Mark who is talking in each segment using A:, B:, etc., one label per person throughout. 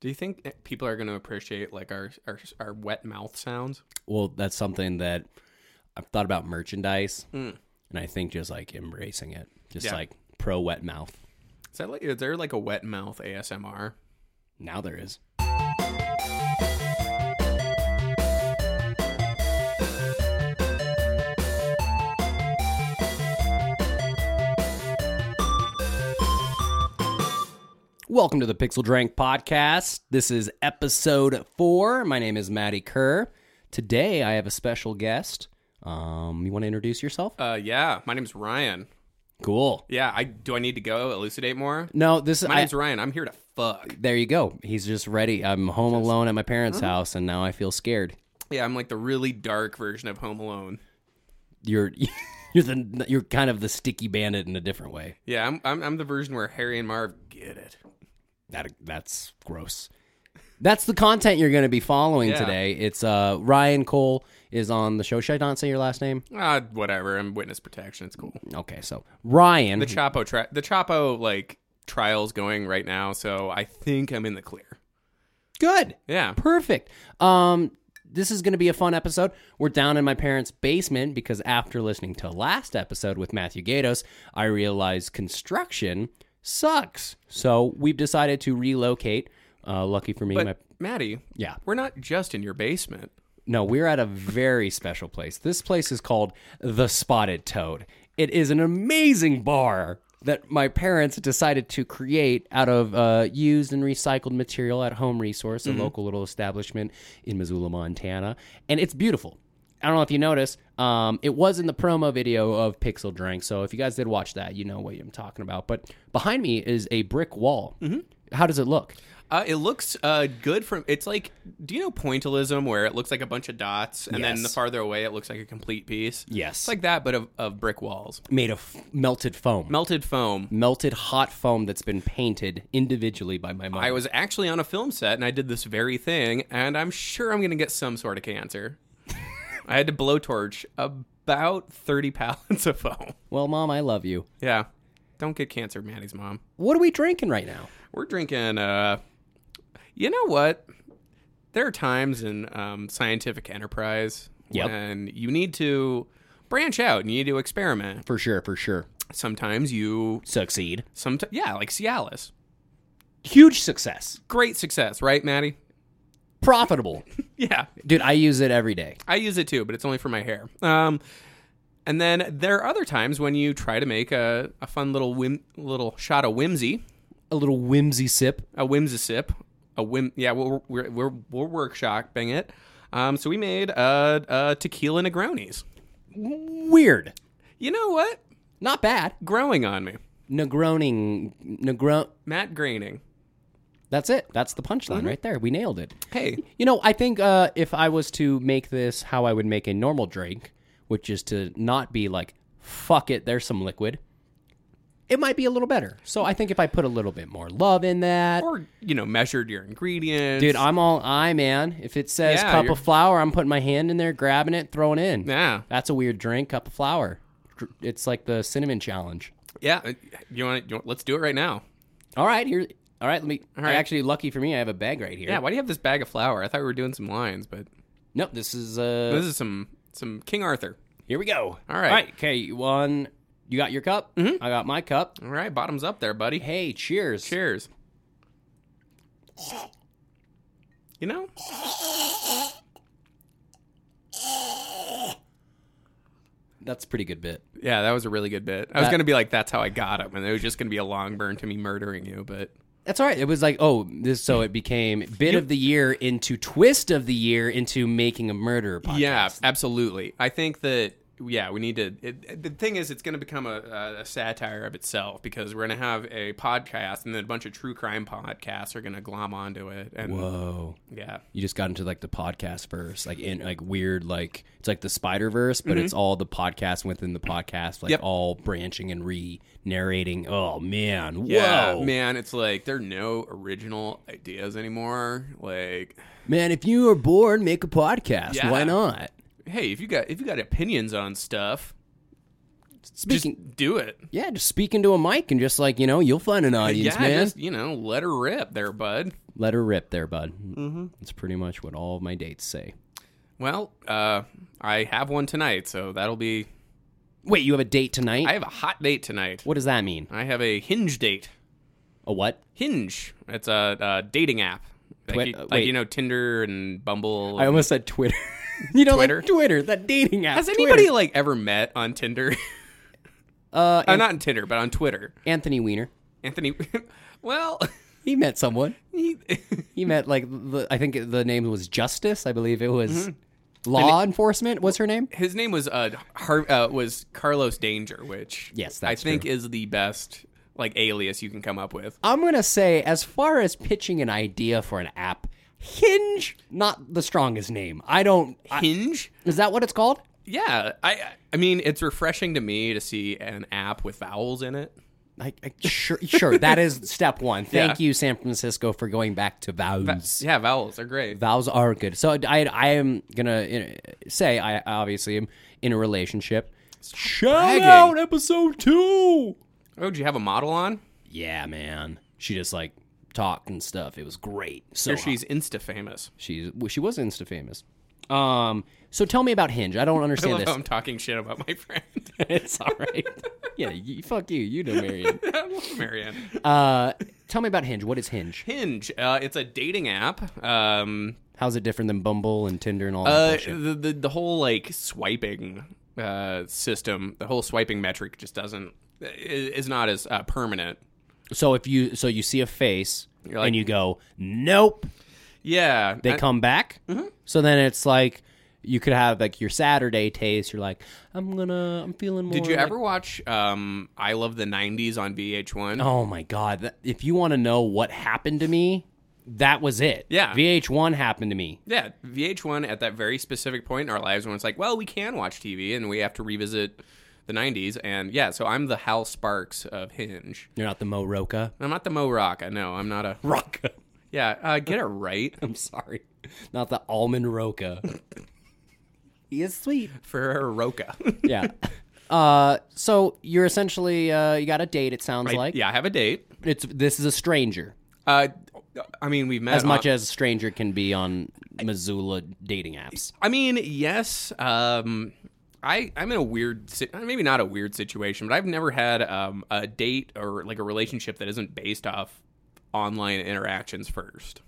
A: Do you think eh, people are going to appreciate like our, our our wet mouth sounds?
B: Well, that's something that I've thought about merchandise,
A: Mm.
B: and I think just like embracing it, just
A: Yeah.
B: like pro wet mouth.
A: Is that like is there like a wet mouth ASMR?
B: Now there is. Welcome to the Pixel Drank Podcast. This is episode four. My name is Maddie Kerr. Today I have a special guest. Um, you want to introduce yourself?
A: Uh, yeah. My name's Ryan.
B: Cool.
A: Yeah. I do. I need to go elucidate more.
B: No, this is
A: My
B: I-
A: name's Ryan. I'm here to fuck.
B: there you go. He's just ready. I'm home alone at my parents'
A: Uh-huh.
B: house, and now I feel scared.
A: Yeah. I'm like the really dark version of Home Alone.
B: you're you're the you're kind of the sticky bandit in a different way.
A: Yeah. I'm I'm, I'm the version where Harry and Marv get it.
B: That that's gross. That's the content you're going to be following
A: Yeah.
B: today. It's uh Ryan Cole is on the show. Should I not say your last name?
A: Ah, whatever. I'm witness protection. It's cool.
B: Okay, so Ryan.
A: The Chapo tri- the Chapo like trial's going right now, so I think I'm in the clear.
B: Good.
A: Yeah.
B: Perfect. Um, this is going to be a fun episode. We're down in my parents' basement because after listening to last episode with Matthew Gatos, I realized construction sucks. So we've decided to relocate. Uh, lucky for me, my
A: But Maddie,
B: Yeah.
A: we're not just in your basement.
B: No, we're at a very special place. This place is called The Spotted Toad. It is an amazing bar that my parents decided to create out of uh, used and recycled material at Home Resource, a local little establishment in Missoula, Montana. And it's beautiful. I don't know if you noticed, um, it was in the promo video of Pixel Drink. So if you guys did watch that, you know what I'm talking about. But behind me is a brick wall. How does it look?
A: Uh, it looks uh, good from. It's like, do you know pointillism, where it looks like a bunch of dots, and then
B: Yes.
A: the farther away, it looks like a complete piece.
B: Yes.
A: it's like that, but of, of brick walls,
B: Made of f- melted foam.
A: melted foam.
B: melted hot foam that's been painted individually by my mom.
A: I was actually on a film set, and I did this very thing, and I'm sure I'm gonna get some sort of cancer. I had to blowtorch about thirty pounds of foam.
B: well, mom, I love you.
A: Yeah, don't get cancer, Maddie's mom.
B: What are we drinking right now?
A: We're drinking. Uh, you know what? There are times in um, scientific enterprise
B: Yep.
A: when you need to branch out and you need to experiment.
B: For sure, for sure.
A: Sometimes you,
B: Succeed.
A: some yeah, like Cialis,
B: Huge success.
A: great success, right, Maddie?
B: Profitable.
A: Yeah,
B: Dude, I use it every day.
A: I use it too, but it's only for my hair. Um, and then there are other times when you try to make a, a fun little whim, little shot of whimsy,
B: A little whimsy sip.
A: a whimsy sip, a whim. Yeah, we're we're we're, we're workshopping it. Um, so we made uh, uh, tequila Negronis.
B: Weird.
A: You know what?
B: Not bad.
A: Growing on me,
B: Negroning. Negron.
A: Matt Groening.
B: That's it. That's the punchline right there. We nailed it.
A: Hey,
B: You know, I think uh, if I was to make this how I would make a normal drink, which is to not be like, fuck it, there's some liquid, it might be a little better. So I think if I put a little bit more love in that.
A: or you know, measured your ingredients,
B: Dude, I'm all eye, man. If it says
A: Yeah,
B: cup
A: you're-
B: of flour, I'm putting my hand in there, grabbing it, throwing it in.
A: yeah,
B: That's a weird drink, cup of flour. Dr- It's like the cinnamon challenge.
A: yeah. Uh, You want to? Let's do it right now.
B: All right, here. All right, let me.
A: right.
B: Actually, lucky for me, I have a bag right here.
A: Yeah. Why do you have this bag of flour? I thought we were doing some lines, but
B: Nope, this is. Uh,
A: this is some some King Arthur.
B: Here we go.
A: All right.
B: All right. Mm-hmm. Okay. One. You got your cup. I got my cup.
A: All right, bottoms up there, buddy.
B: Hey, cheers.
A: Cheers. You know,
B: That's a pretty good bit.
A: yeah, that was a really good bit. I was
B: That-
A: gonna be like, "That's how I got him," and it was just gonna be a long burn to me murdering you. But
B: That's all right. It was like, oh, this. So it became bit of the year into twist of the year into making a murder podcast.
A: yeah, absolutely. I think that yeah, we need to. It, the thing is, it's gonna become a, a, a satire of itself because we're gonna have a podcast, and then a bunch of true crime podcasts are gonna glom onto it. And
B: Whoa.
A: yeah,
B: Oh, You just got into like the podcast verse, like in like weird, like it's like the Spider Verse, but it's all the podcast within the podcast, like
A: Yep.
B: all branching and re narrating. Oh man,
A: yeah,
B: whoa,
A: man, it's like there are no original ideas anymore. Like,
B: man! If you are bored, make a podcast.
A: Yeah.
B: Why not?
A: hey, if you got if you got opinions on stuff,
B: speaking.
A: Just do it.
B: yeah, just speaking to a mic and just like you know, you'll find an audience,
A: yeah,
B: man.
A: just you know, let her rip there, bud.
B: Let her rip there, bud. Mm-hmm. That's pretty much what all of my dates say.
A: Well, uh, I have one tonight, so that'll be.
B: Wait, you have a date tonight?
A: I have a hot date tonight.
B: what does that mean?
A: I have a hinge date.
B: A what?
A: Hinge. It's a, a dating app. Like,
B: Twi-
A: you,
B: uh,
A: like,
B: wait.
A: you know, Tinder and Bumble.
B: I almost said Twitter. you know,
A: Twitter?
B: like Twitter, that dating app.
A: Has
B: Twitter.
A: anybody like ever met on Tinder?
B: Uh,
A: uh, not on Tinder, but on Twitter.
B: Anthony Weiner.
A: Anthony. well,
B: He met someone.
A: he,
B: He met like the, I think the name was Justice. I believe it was
A: Mm-hmm.
B: law enforcement. What's her name?
A: his name was uh, Har- uh was Carlos Danger, which
B: Yes,
A: I
B: that's
A: think is the best like alias you can come up with.
B: I'm gonna say, as far as pitching an idea for an app, Hinge not the strongest name. I don't. I-
A: Hinge.
B: is that what it's called?
A: Yeah, I I mean it's refreshing to me to see an app with vowels in it.
B: I, I, sure, sure. That is step one. Thank you, San Francisco, for going back to vows.
A: Yeah, vowels are great.
B: Vows are good. So I, I am gonna you know, say I I obviously am in a relationship. Shout
A: bragging.
B: out episode two.
A: Oh, did you have a model on?
B: Yeah, man. She just like talked and stuff. It was great. So
A: Or she's insta famous.
B: she's well, she was insta famous. Um. So tell me about Hinge. I don't
A: I
B: understand
A: love how
B: this.
A: I'm talking shit about my friend.
B: it's all right. yeah. You, fuck you. You know Marion.
A: I love Marianne.
B: Uh. Tell me about Hinge. What is Hinge?
A: Hinge. Uh, it's a dating app. Um,
B: How's it different than Bumble and Tinder and all that
A: uh,
B: bullshit?
A: the, the the whole like swiping uh, system, the whole swiping metric just doesn't i- is not as uh, permanent.
B: So if you so you see a face
A: like-
B: and you go nope,
A: Yeah, Uh,
B: they
A: I- Mm-hmm.
B: come back. So then it's like you could have like your Saturday taste. You're like I'm gonna I'm feeling more.
A: did you
B: like-
A: ever watch um, I Love the '90s on VH1?
B: Oh my god! That, if you want to know what happened to me, that was it.
A: Yeah.
B: VH1 happened to me.
A: Yeah, VH1 at that very specific point in our lives when it's like, well, we can watch TV and we have to revisit the 90s. And yeah, so I'm the Hal Sparks of Hinge.
B: You're not the Mo Roca.
A: I'm not the Mo Rock. I know. I'm not a.
B: Roca.
A: Yeah, uh, get it right.
B: I'm sorry, not the almond Roca. he is sweet.
A: For a Roca.
B: Yeah. Uh, so you're essentially uh, you got a date. It sounds like
A: yeah, I have a date.
B: it's this is a stranger.
A: Uh, I mean, we've met
B: as much
A: on-
B: as a stranger can be on Missoula dating apps.
A: I mean, yes. Um, I I'm in a weird, si- maybe not a weird situation, but I've never had um a date or like a relationship that isn't based off online interactions first.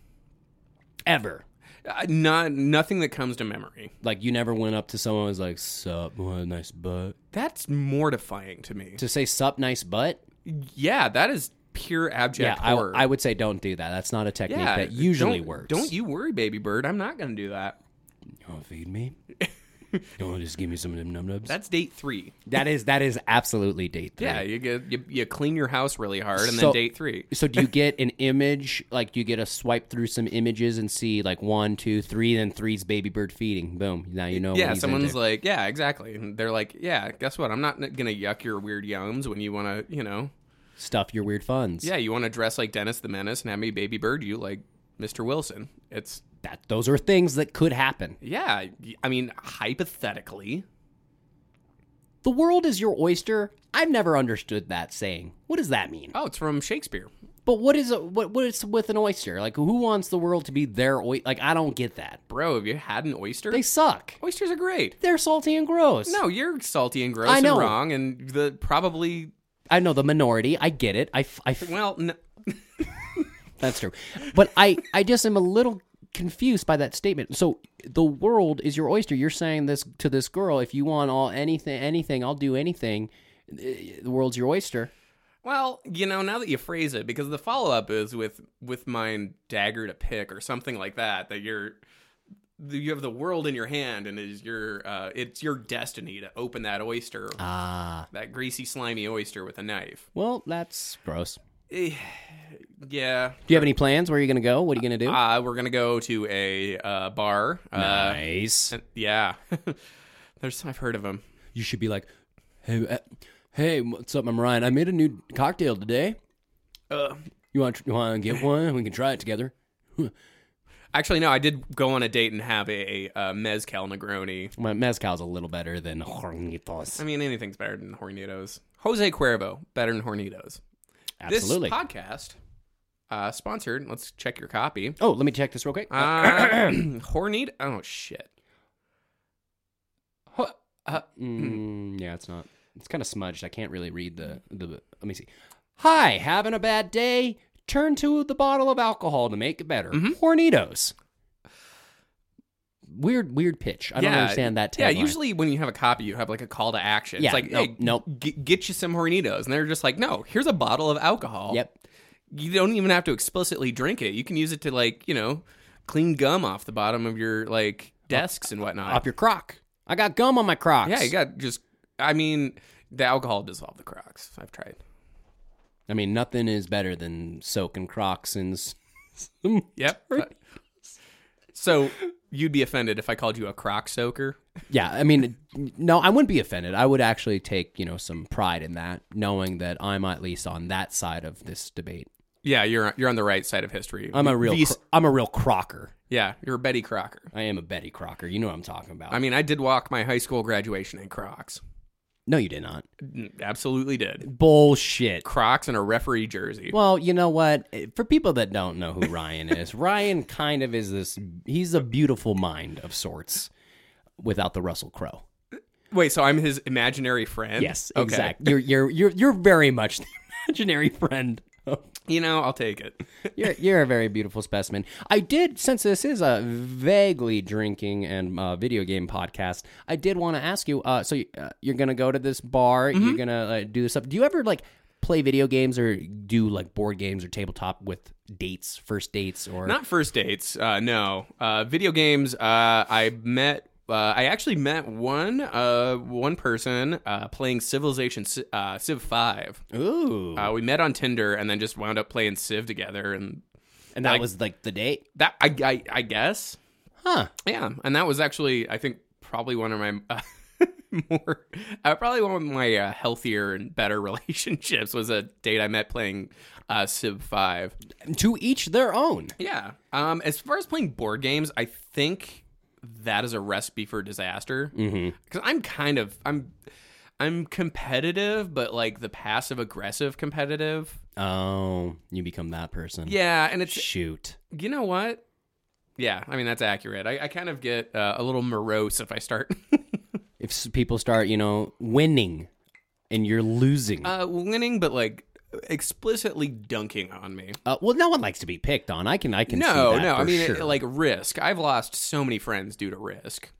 B: Ever.
A: Uh, not nothing that comes to memory.
B: Like you never went up to someone and was like, sup, what a nice butt.
A: That's mortifying to me.
B: To say sup nice butt,
A: Yeah, that is pure
B: yeah,
A: abject
B: I,
A: horror.
B: I would say don't do that. That's not a technique
A: yeah,
B: that usually
A: don't,
B: works.
A: Don't you worry, baby bird. I'm not gonna do that.
B: You wanna feed me? you wanna just give me some of them num nubs?
A: That's date three.
B: That is that is absolutely date three.
A: Yeah, you get you, you clean your house really hard, and
B: So-
A: then date three.
B: So do you get an image? Like do you get a swipe through some images and see like one, two, three, then three's baby bird feeding. Boom. Now you know.
A: Yeah,
B: what he's
A: someone's
B: into.
A: like, yeah, exactly. And they're like, yeah, guess what? I'm not gonna yuck your weird yums when you want to, you know.
B: stuff your weird funds.
A: Yeah, you want to dress like Dennis the Menace and have me baby bird you like Mr. Wilson. It's
B: That those are things that could happen.
A: yeah. I mean, hypothetically,
B: The world is your oyster. I've never understood that saying. What does that mean?
A: oh, it's from Shakespeare.
B: But what is a, what what is with an oyster? Like who wants the world to be their oyster? Like I don't get that.
A: Bro, have you had an oyster?
B: They suck.
A: Oysters are great.
B: They're salty and gross.
A: No, you're salty and gross
B: I know.
A: and wrong, and the probably
B: I know the minority. I get it. I, f- I f-
A: well, n-
B: that's true. But I I just am a little confused by that statement. So the world is your oyster. You're saying this to this girl. If you want all anything anything, I'll do anything. Eh, The world's your oyster.
A: well, you know, now that you phrase it, because the follow up is with with mine dagger to pick or something like that. That you're the- you have the world in your hand, and is your uh, it's your destiny to open that oyster,
B: Ah.
A: that greasy, slimy oyster with a knife.
B: Well, that's gross.
A: Eh, yeah,
B: Do you have any plans? Where are you going to go? What are you going to do?
A: uh, we're gonna go to a uh, bar. Uh,
B: nice.
A: yeah, there's I've heard of them.
B: You should be like, hey, uh, hey, what's up? I'm Ryan. I made a new cocktail today.
A: Uh,
B: You want you want to get one? We can try it together.
A: Actually, no, I did go on a date and have a, uh mezcal Negroni.
B: My mezcal's a little better than hornitos.
A: I mean, anything's better than Hornitos. Jose Cuervo, better than Hornitos.
B: Absolutely.
A: This podcast, uh, sponsored. Let's check your copy.
B: oh, let me check this real quick.
A: Uh, Hornito. Oh shit.
B: Huh. Uh,
A: mm-hmm.
B: mm, yeah, it's not. It's kind of smudged. I can't really read the the. Let me see. Hi, having a bad day? Turn to the bottle of alcohol to make it better.
A: Mm-hmm.
B: Hornitos. Weird, weird pitch. I don't understand that. Tagline.
A: Yeah, usually when you have a copy, you have like a call to action.
B: Yeah,
A: it's like,
B: nope,
A: hey,
B: nope.
A: g- get you some Hornitos, and they're just like, no, here's a bottle of alcohol.
B: Yep.
A: You don't even have to explicitly drink it. You can use it to like, you know, clean gum off the bottom of your like desks and whatnot.
B: Up your crock. I got gum on my crocs.
A: yeah, you got just. I mean, the alcohol dissolved the Crocs. I've tried.
B: I mean, nothing is better than soaking crocs and. s-
A: Yep. so you'd be offended if I called you a Croc soaker.
B: Yeah, I mean, no, I wouldn't be offended. I would actually take you know some pride in that, knowing that I'm at least on that side of this debate.
A: Yeah, you're you're on the right side of history.
B: I'm a real,
A: These-
B: cro- I'm a real crocker.
A: yeah, you're a Betty Crocker.
B: I am a Betty Crocker. You know what I'm talking about.
A: I mean, I did walk my high school graduation in Crocs. Mm,
B: no, you did not.
A: Absolutely did.
B: Bullshit.
A: Crocs and a referee jersey.
B: Well, you know what? For people that don't know who Ryan is, Ryan kind of is this. He's a beautiful mind of sorts, without the Russell Crowe.
A: Wait, so I'm his imaginary friend?
B: Yes, exactly. You're you're you're you're very much the imaginary friend. of
A: You know, I'll take it.
B: You're you're a very beautiful specimen. I did since this is a vaguely drinking and uh, video game podcast. I did want to ask you. Uh, so you- uh, you're gonna go to this bar.
A: Mm-hmm.
B: You're gonna uh, do this up. Do you ever like play video games or do like board games or tabletop with dates, first dates, or
A: Not first dates. Uh, no. Uh, video games. Uh, I met. Uh, I actually met one uh, one person uh, playing Civilization Ci- uh, Civ Five.
B: ooh?
A: Uh, we met on Tinder and then just wound up playing Civ together, and
B: and that was like the date,
A: that I I, I guess
B: huh?
A: yeah, and that was actually I think probably one of my uh, more uh, probably one of my uh, healthier and better relationships was a date I met playing uh, Civ Five.
B: To each their own.
A: Yeah. Um, as far as playing board games, I think that is a recipe for disaster. Because I'm kind of I'm I'm competitive, but like the passive aggressive competitive.
B: Oh, you become that person.
A: Yeah, and it's
B: Shoot.
A: you know what? Yeah, I mean that's accurate. I, I kind of get uh, a little morose if I start
B: If s- people start, you know, winning, and you're losing.
A: uh, winning, but like explicitly dunking on me.
B: Uh, well, no one likes to be picked on. I can, I can.
A: No,
B: see that
A: no.
B: for
A: I mean, it-
B: sure.
A: like Risk. I've lost so many friends due to Risk.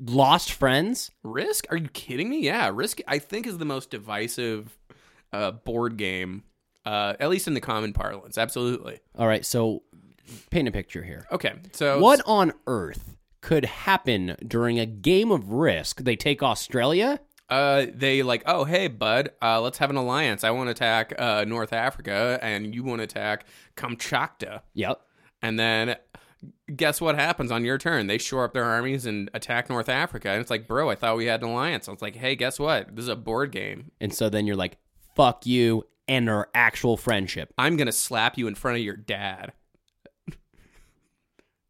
B: lost friends.
A: Risk? Are you kidding me? Yeah, Risk. I think is the most divisive uh, board game, uh, at least in the common parlance. Absolutely.
B: All right, so paint a picture here.
A: Okay, so
B: What on earth could happen during a game of Risk? They take Australia.
A: Uh, they like, oh hey bud, uh, let's have an alliance. I want to attack uh, North Africa, and you want to attack Kamchatka.
B: Yep.
A: And then guess what happens on your turn? They shore up their armies and attack North Africa. And it's like, bro, I thought we had an alliance. I was like, hey, guess what? This is a board game.
B: And so then you're like, "Fuck you," and our actual friendship.
A: I'm gonna slap you in front of your dad.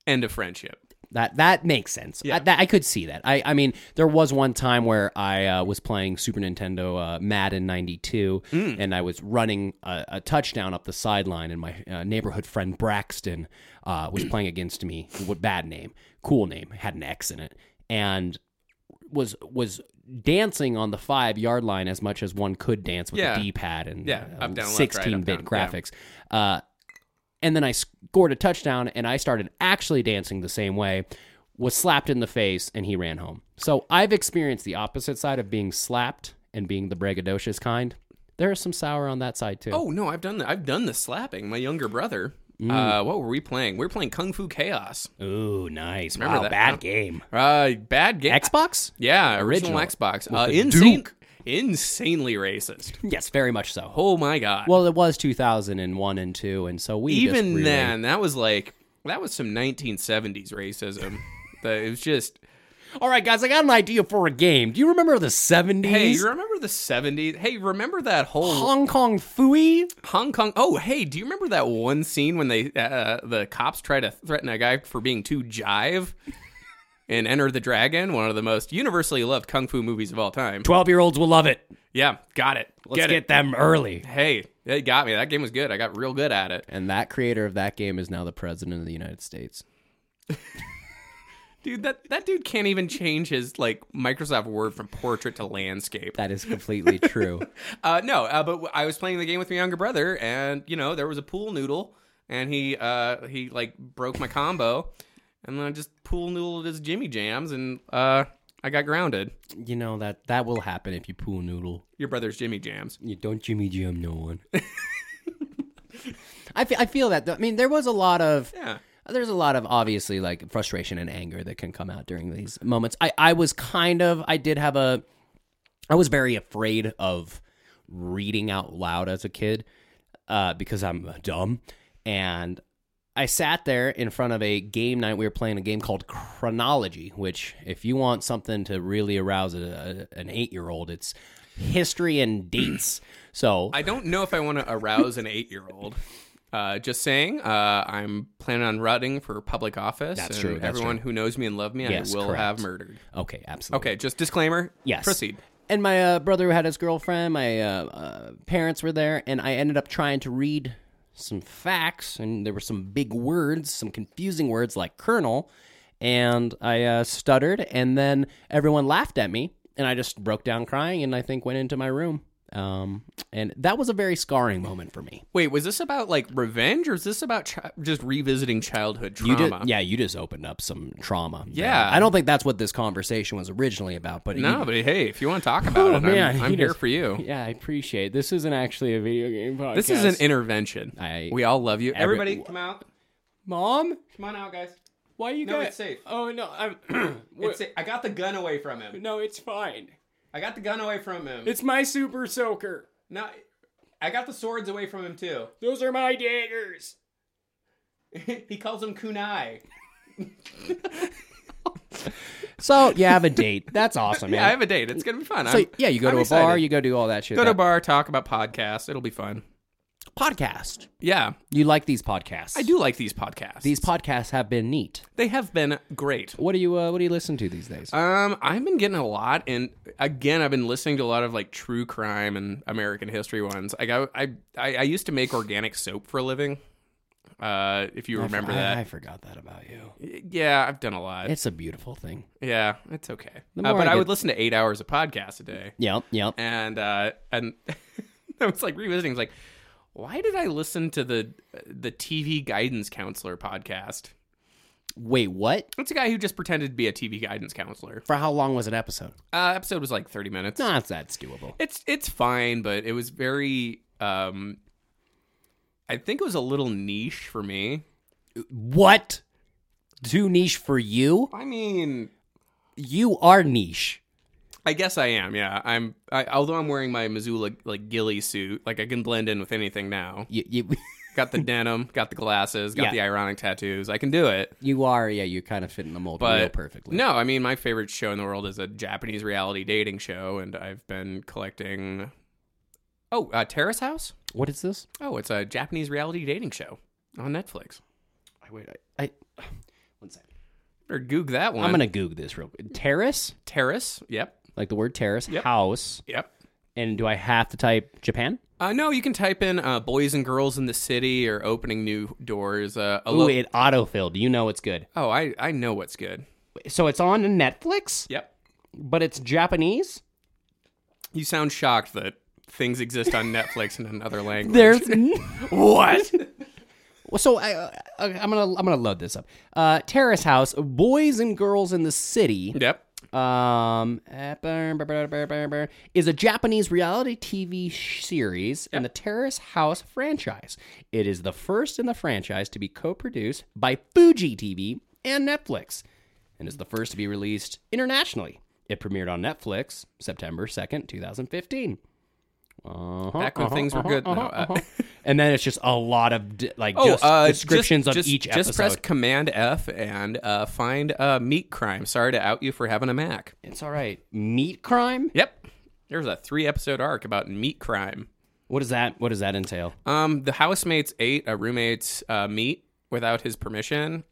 A: End of friendship.
B: That that makes sense. I, that, I could see that. I I mean, there was one time where I uh, was playing Super Nintendo uh, Madden '92,
A: Mm.
B: and I was running a, a touchdown up the sideline, and my uh, neighborhood friend Braxton uh, was playing against me. What bad name? Cool name. Had an X in it, and was was dancing on the five yard line as much as one could dance with
A: Yeah.
B: the D pad and
A: Yeah, up, down, left, right, up,
B: sixteen bit
A: down, yeah.
B: graphics. Uh, and then I scored a touchdown and I started actually dancing the same way, was slapped in the face, and he ran home. So I've experienced the opposite side of being slapped and being the braggadocious kind. There is some sour on that side too.
A: Oh no, I've done that. I've done the slapping. My younger brother.
B: Mm.
A: Uh, what were we playing? We were playing Kung Fu Chaos.
B: Ooh, nice.
A: Remember
B: wow,
A: that,
B: bad
A: huh?
B: game.
A: Uh, bad game.
B: Xbox?
A: yeah, original,
B: Original.
A: Xbox. Uh,
B: the
A: insane, insanely racist.
B: Yes, very much so.
A: Oh my god.
B: Well, it was 2001 and 2, and so we just
A: even
B: really-
A: then, that was like that was some 1970s racism. that it was just
B: All right, guys, I got an idea for a game. Do you remember the 70s?
A: Hey, you remember the 70s? Hey, remember that whole
B: Hong Kong Fooey?
A: Hong Kong? Oh, hey, do you remember that one scene when they uh, the cops try to threaten a guy for being too jive in Enter the Dragon, one of the most universally loved kung fu movies of all time?
B: 12 year olds will love it.
A: Yeah, got it.
B: Let's
A: get,
B: get,
A: it.
B: them early.
A: Hey, it got me. That game was good. I got real good at it.
B: And that creator of that game is now the president of the United States.
A: Dude, that that dude can't even change his like Microsoft Word from portrait to landscape.
B: That is completely true.
A: Uh, no, uh, but w- I was playing the game with my younger brother, and you know there was a pool noodle, and he uh, he like broke my combo, and then I just pool noodled his Jimmy Jams, and uh, I got grounded.
B: you know that that will happen if you pool noodle.
A: Your brother's Jimmy Jams.
B: You don't Jimmy Jam no one. I fe- I feel that. Though. I mean, there was a lot of
A: Yeah,
B: there's a lot of obviously like frustration and anger that can come out during these moments. I I was kind of I did have a I was very afraid of reading out loud as a kid uh, because I'm dumb and I sat there in front of a game night. We were playing a game called Chronology, which, if you want something to really arouse a, a- an eight year old, it's history and dates. So
A: I don't know if I want to arouse an eight year old. Uh, just saying, uh, I'm planning on running for public office.
B: That's
A: and
B: true, that's
A: everyone who knows me and loved me,
B: Yes,
A: I will
B: correct.
A: have murdered.
B: okay, absolutely.
A: Okay, just disclaimer.
B: Yes.
A: Proceed.
B: And my uh, brother had his girlfriend. My uh, uh, parents were there, and I ended up trying to read some facts, and there were some big words, some confusing words like colonel, and I uh, stuttered, and then everyone laughed at me, and I just broke down crying, and I think went into my room. Um, and that was a very scarring moment for me.
A: Wait, was this about like revenge, or is this about chi- just revisiting childhood trauma?
B: yeah, you just opened up some trauma. there.
A: Yeah.
B: I don't think that's what this conversation was originally about, but
A: No, but hey, if you want to talk about it, I'm,
B: Oh, man,
A: I'm
B: he
A: here
B: just-
A: for you.
B: yeah, I appreciate it. this. Isn't actually a video game podcast.
A: This is an intervention.
B: I-
A: we all love you.
B: Every-
A: Everybody, come out.
B: mom.
A: Come on out, guys.
B: Why you
A: No, got- it's safe.
B: Oh no, I'm.
A: It's it. I got the gun away from him.
B: no, it's fine.
A: I got the gun away from him.
B: It's my super soaker.
A: no, I got the swords away from him too.
B: Those are my daggers.
A: he calls them kunai.
B: So you have a date. That's awesome,
A: Yeah, I
B: man.
A: have a date. It's gonna be fun.
B: so
A: I'm-
B: yeah, you go
A: I'm
B: to a
A: excited.
B: bar, you go do all that shit.
A: Go to a bar, talk about podcasts. It'll be fun.
B: podcast.
A: Yeah,
B: You like these podcasts?
A: I do like these podcasts.
B: These podcasts have been neat.
A: they have been great.
B: What do you uh, What do you listen to these days?
A: Um, I've been getting a lot, and again, I've been listening to a lot of like true crime and American history ones. Like I, I, I, I used to make organic soap for a living. Uh, if you remember
B: I,
A: that,
B: I forgot that about you.
A: yeah, I've done a lot.
B: It's a beautiful thing.
A: yeah, it's okay.
B: The
A: Uh,
B: more
A: but
B: I
A: I,
B: get-
A: would listen to eight hours of podcasts a day,
B: Yep, yep.
A: and uh, and I was like revisiting. It's like, why did I listen to the the TV guidance counselor podcast?
B: Wait, what?
A: It's a guy who just pretended to be a TV guidance counselor.
B: For how long was an episode?
A: Uh, episode was like thirty minutes.
B: No, that's, that's doable.
A: It's it's fine, but it was very um I think it was a little niche for me.
B: What? Too niche for you?
A: I mean,
B: You are niche.
A: I guess I am. Yeah, I'm I, although I'm wearing my Missoula like ghillie suit, like I can blend in with anything now.
B: You, you,
A: Got the denim, got the glasses, got
B: Yeah.
A: the ironic tattoos. I can do it.
B: you are, yeah, you kind of fit in the mold
A: But
B: real perfectly.
A: No, I mean my favorite show in the world is a Japanese reality dating show and I've been collecting Oh, uh, Terrace House?
B: What is this?
A: Oh, it's a Japanese reality dating show on Netflix.
B: I wait, I, I one second.
A: Better goog that one.
B: I'm gonna Google this real quick. Terrace,
A: Terrace. Yep.
B: like the word terrace,
A: Yep.
B: house,
A: Yep.
B: and do I have to type Japan?
A: Uh, no, you can type in uh, "boys and girls in the city" or "opening new doors." Uh, a
B: Ooh,
A: lo-
B: it autofilled. You know it's good.
A: oh, I I know what's good.
B: So it's on Netflix,
A: Yep.
B: but it's Japanese.
A: You sound shocked that things exist on Netflix in another language.
B: There's n-
A: what?
B: Well, so I, uh, I'm gonna I'm gonna load this up. Uh, terrace house, boys and girls in the city.
A: yep.
B: um, eh, burr, burr, burr, burr, burr, burr, is a Japanese reality TV sh- series in the Terrace House franchise. It is the first in the franchise to be co produced by Fuji TV and Netflix, and is the first to be released internationally. It premiered on Netflix September 2nd, 2015. Uh-huh,
A: Back when things were good, no, uh-
B: and then it's just a lot of di- like
A: Oh,
B: just
A: uh,
B: descriptions
A: just,
B: of
A: just-
B: each episode.
A: Just press Command F and uh, find uh, meat crime. Sorry to out you for having a Mac.
B: It's all right. Meat crime?
A: Yep, there's a three episode arc about meat crime.
B: What does that What does that entail?
A: Um, the housemates ate a roommate's uh, meat without his permission.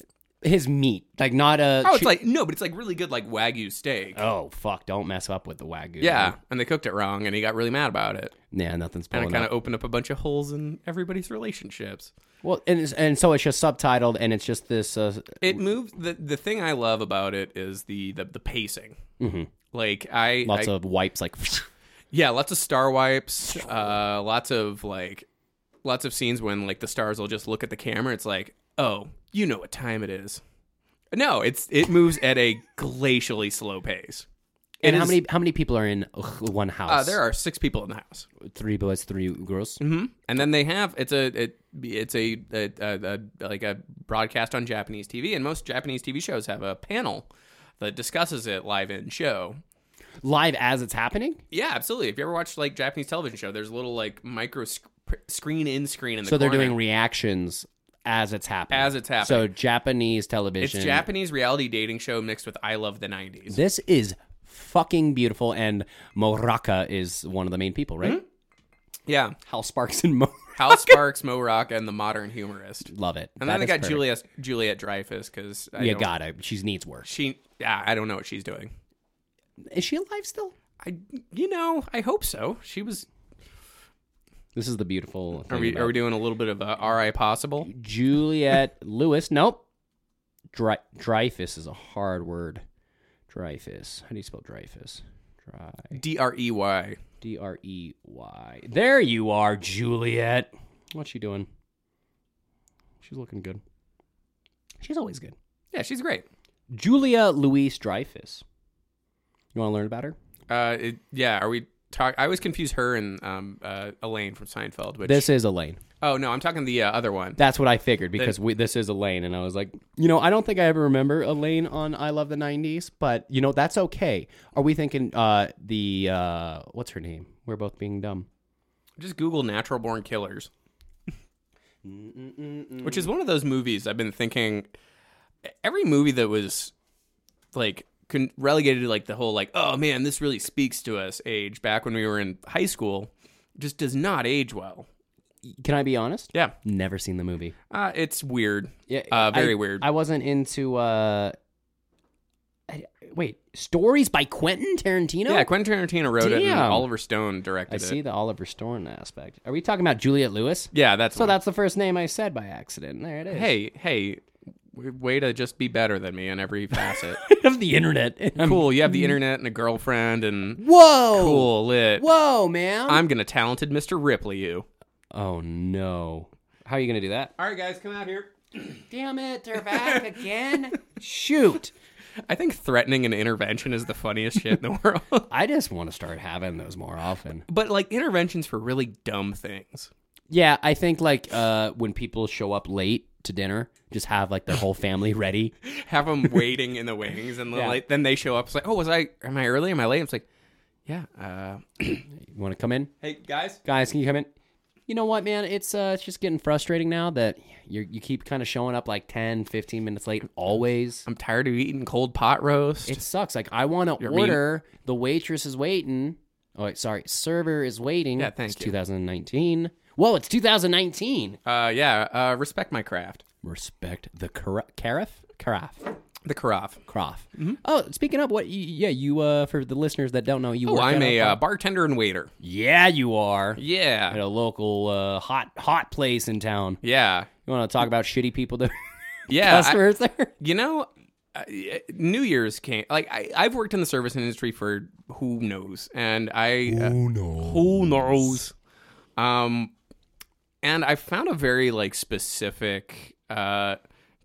B: His meat, like not a.
A: Oh, it's like no, but it's like really good, like wagyu steak.
B: oh fuck! Don't mess up with the wagyu.
A: yeah, and they cooked it wrong, and he got really mad about it,
B: yeah, nothing's
A: and it
B: pulling
A: kind
B: up.
A: of opened up a bunch of holes in everybody's relationships.
B: Well, and it's- and so it's just subtitled, and it's just this. Uh,
A: It moves. the The thing I love about it is the the, the pacing. Mm-hmm. Like I,
B: lots
A: I-
B: of wipes, like
A: yeah, lots of star wipes, uh, lots of like, lots of scenes when like the stars will just look at the camera. It's like, oh, you know what time it is. No, it's it moves at a glacially slow pace.
B: And
A: It
B: how
A: is-
B: many how many people are in ugh, one
A: Uh,
B: house?
A: there are six people in the house.
B: three boys, three girls.
A: hmm And then they have it's a it, it's a, a, a, a like a broadcast on Japanese TV, and most Japanese TV shows have a panel that discusses it live in show.
B: Live as it's happening.
A: Yeah, absolutely. If you ever watch like Japanese television show, there's a little like micro sc- screen in screen in the
B: So they're
A: corner.
B: doing reactions as it's happening.
A: As it's happening.
B: So Japanese television.
A: it's Japanese reality dating show mixed with I Love the '90s.
B: This is fucking beautiful, and Moraka is one of the main people, right?
A: Mm-hmm. Yeah,
B: Hal Sparks and Mo.
A: Hal Sparks, Mo Rocca, and the modern humorist.
B: Love it.
A: And
B: That
A: then they
B: is
A: got
B: perfect.
A: Juliet Juliet Dreyfus because
B: You got it. She needs work.
A: she. Yeah, I don't know what she's doing.
B: Is she alive still?
A: I you know I hope so. She was
B: This is the beautiful. Thing
A: Are we,
B: about-
A: are we doing a little bit of uh, RI possible?
B: Juliet Lewis. Nope. Dry, Dreyfus is a hard word. Dreyfus. How do you spell Dreyfus? Dry.
A: D R E Y.
B: D R E Y. There you are, Juliet. What's she doing? She's looking good. She's always good.
A: Yeah, she's great.
B: Julia Louise Dreyfus. You want to learn about her?
A: Uh, it, yeah, are we talk? I always confuse her and um, uh, Elaine from Seinfeld. Which
B: This is Elaine.
A: oh no, I'm talking the uh, other one.
B: That's what I figured because we, this is Elaine, and I was like, you know, I don't think I ever remember Elaine on I Love the '90s, but you know, that's okay. Are we thinking uh, the uh, what's her name? We're both being dumb.
A: Just Google Natural Born Killers, which is one of those movies I've been thinking. Every movie that was like con- relegated to like the whole like oh man this really speaks to us age back when we were in high school just does not age well.
B: Can I be honest?
A: Yeah,
B: Never seen the movie.
A: uh, it's weird.
B: Yeah,
A: Uh, very
B: I-
A: weird.
B: I wasn't into. Uh, I, wait, stories by Quentin Tarantino.
A: Yeah, Quentin Tarantino wrote it, and
B: Damn.
A: Oliver Stone directed
B: I
A: it.
B: see the Oliver Stone aspect. Are we talking about Juliet Lewis?
A: Yeah, that's
B: So that's the first name I said by accident. There it is.
A: Hey, hey, w- way to just be better than me in every facet.
B: of the internet.
A: cool, you have the internet and a girlfriend and
B: Whoa.
A: cool lit.
B: Whoa, man.
A: I'm gonna talented Mr. Ripley you.
B: oh no. How are you gonna do that?
A: All right, guys, come out here.
B: Damn it, they're back again. Shoot.
A: I think threatening an intervention is the funniest shit in the world.
B: I just want to start having those more often.
A: But like interventions for really dumb things.
B: Yeah, I think like uh when people show up late to dinner, just have like their whole family ready.
A: Have them waiting in the wings, and then
B: Yeah.
A: like, then they show up. It's like, oh, was I? Am I early? Am I late? It's like, yeah. Uh,
B: You want to come in?
A: hey guys,
B: Guys, can you come in? You know what, man? It's uh it's just getting frustrating now that you you keep kind of showing up like 10, 15 minutes late always.
A: I'm tired of eating cold pot roast.
B: It sucks. Like I want to
A: mean-
B: order. The waitress is waiting. Oh, wait, sorry. Server is waiting.
A: Yeah, thank
B: it's
A: you.
B: 2019. Whoa, it's 2019.
A: Uh, yeah. Uh, respect my craft.
B: Respect the cara- caraf, caraf,
A: The carafe.
B: croff. Oh, speaking of what, y- yeah, you uh, for the listeners that don't know, you.
A: Oh,
B: work
A: I'm
B: at
A: a
B: a-
A: uh, bartender and waiter.
B: yeah, you are at
A: Yeah.
B: a local uh, hot hot place in town.
A: Yeah.
B: You want to talk about shitty people, that
A: Yeah. I-
B: customers there?
A: you know, I- New Year's came. Like, I, I've worked in the service industry for who knows. And I. Who knows? Who knows? Um, and I found a very, like, specific uh,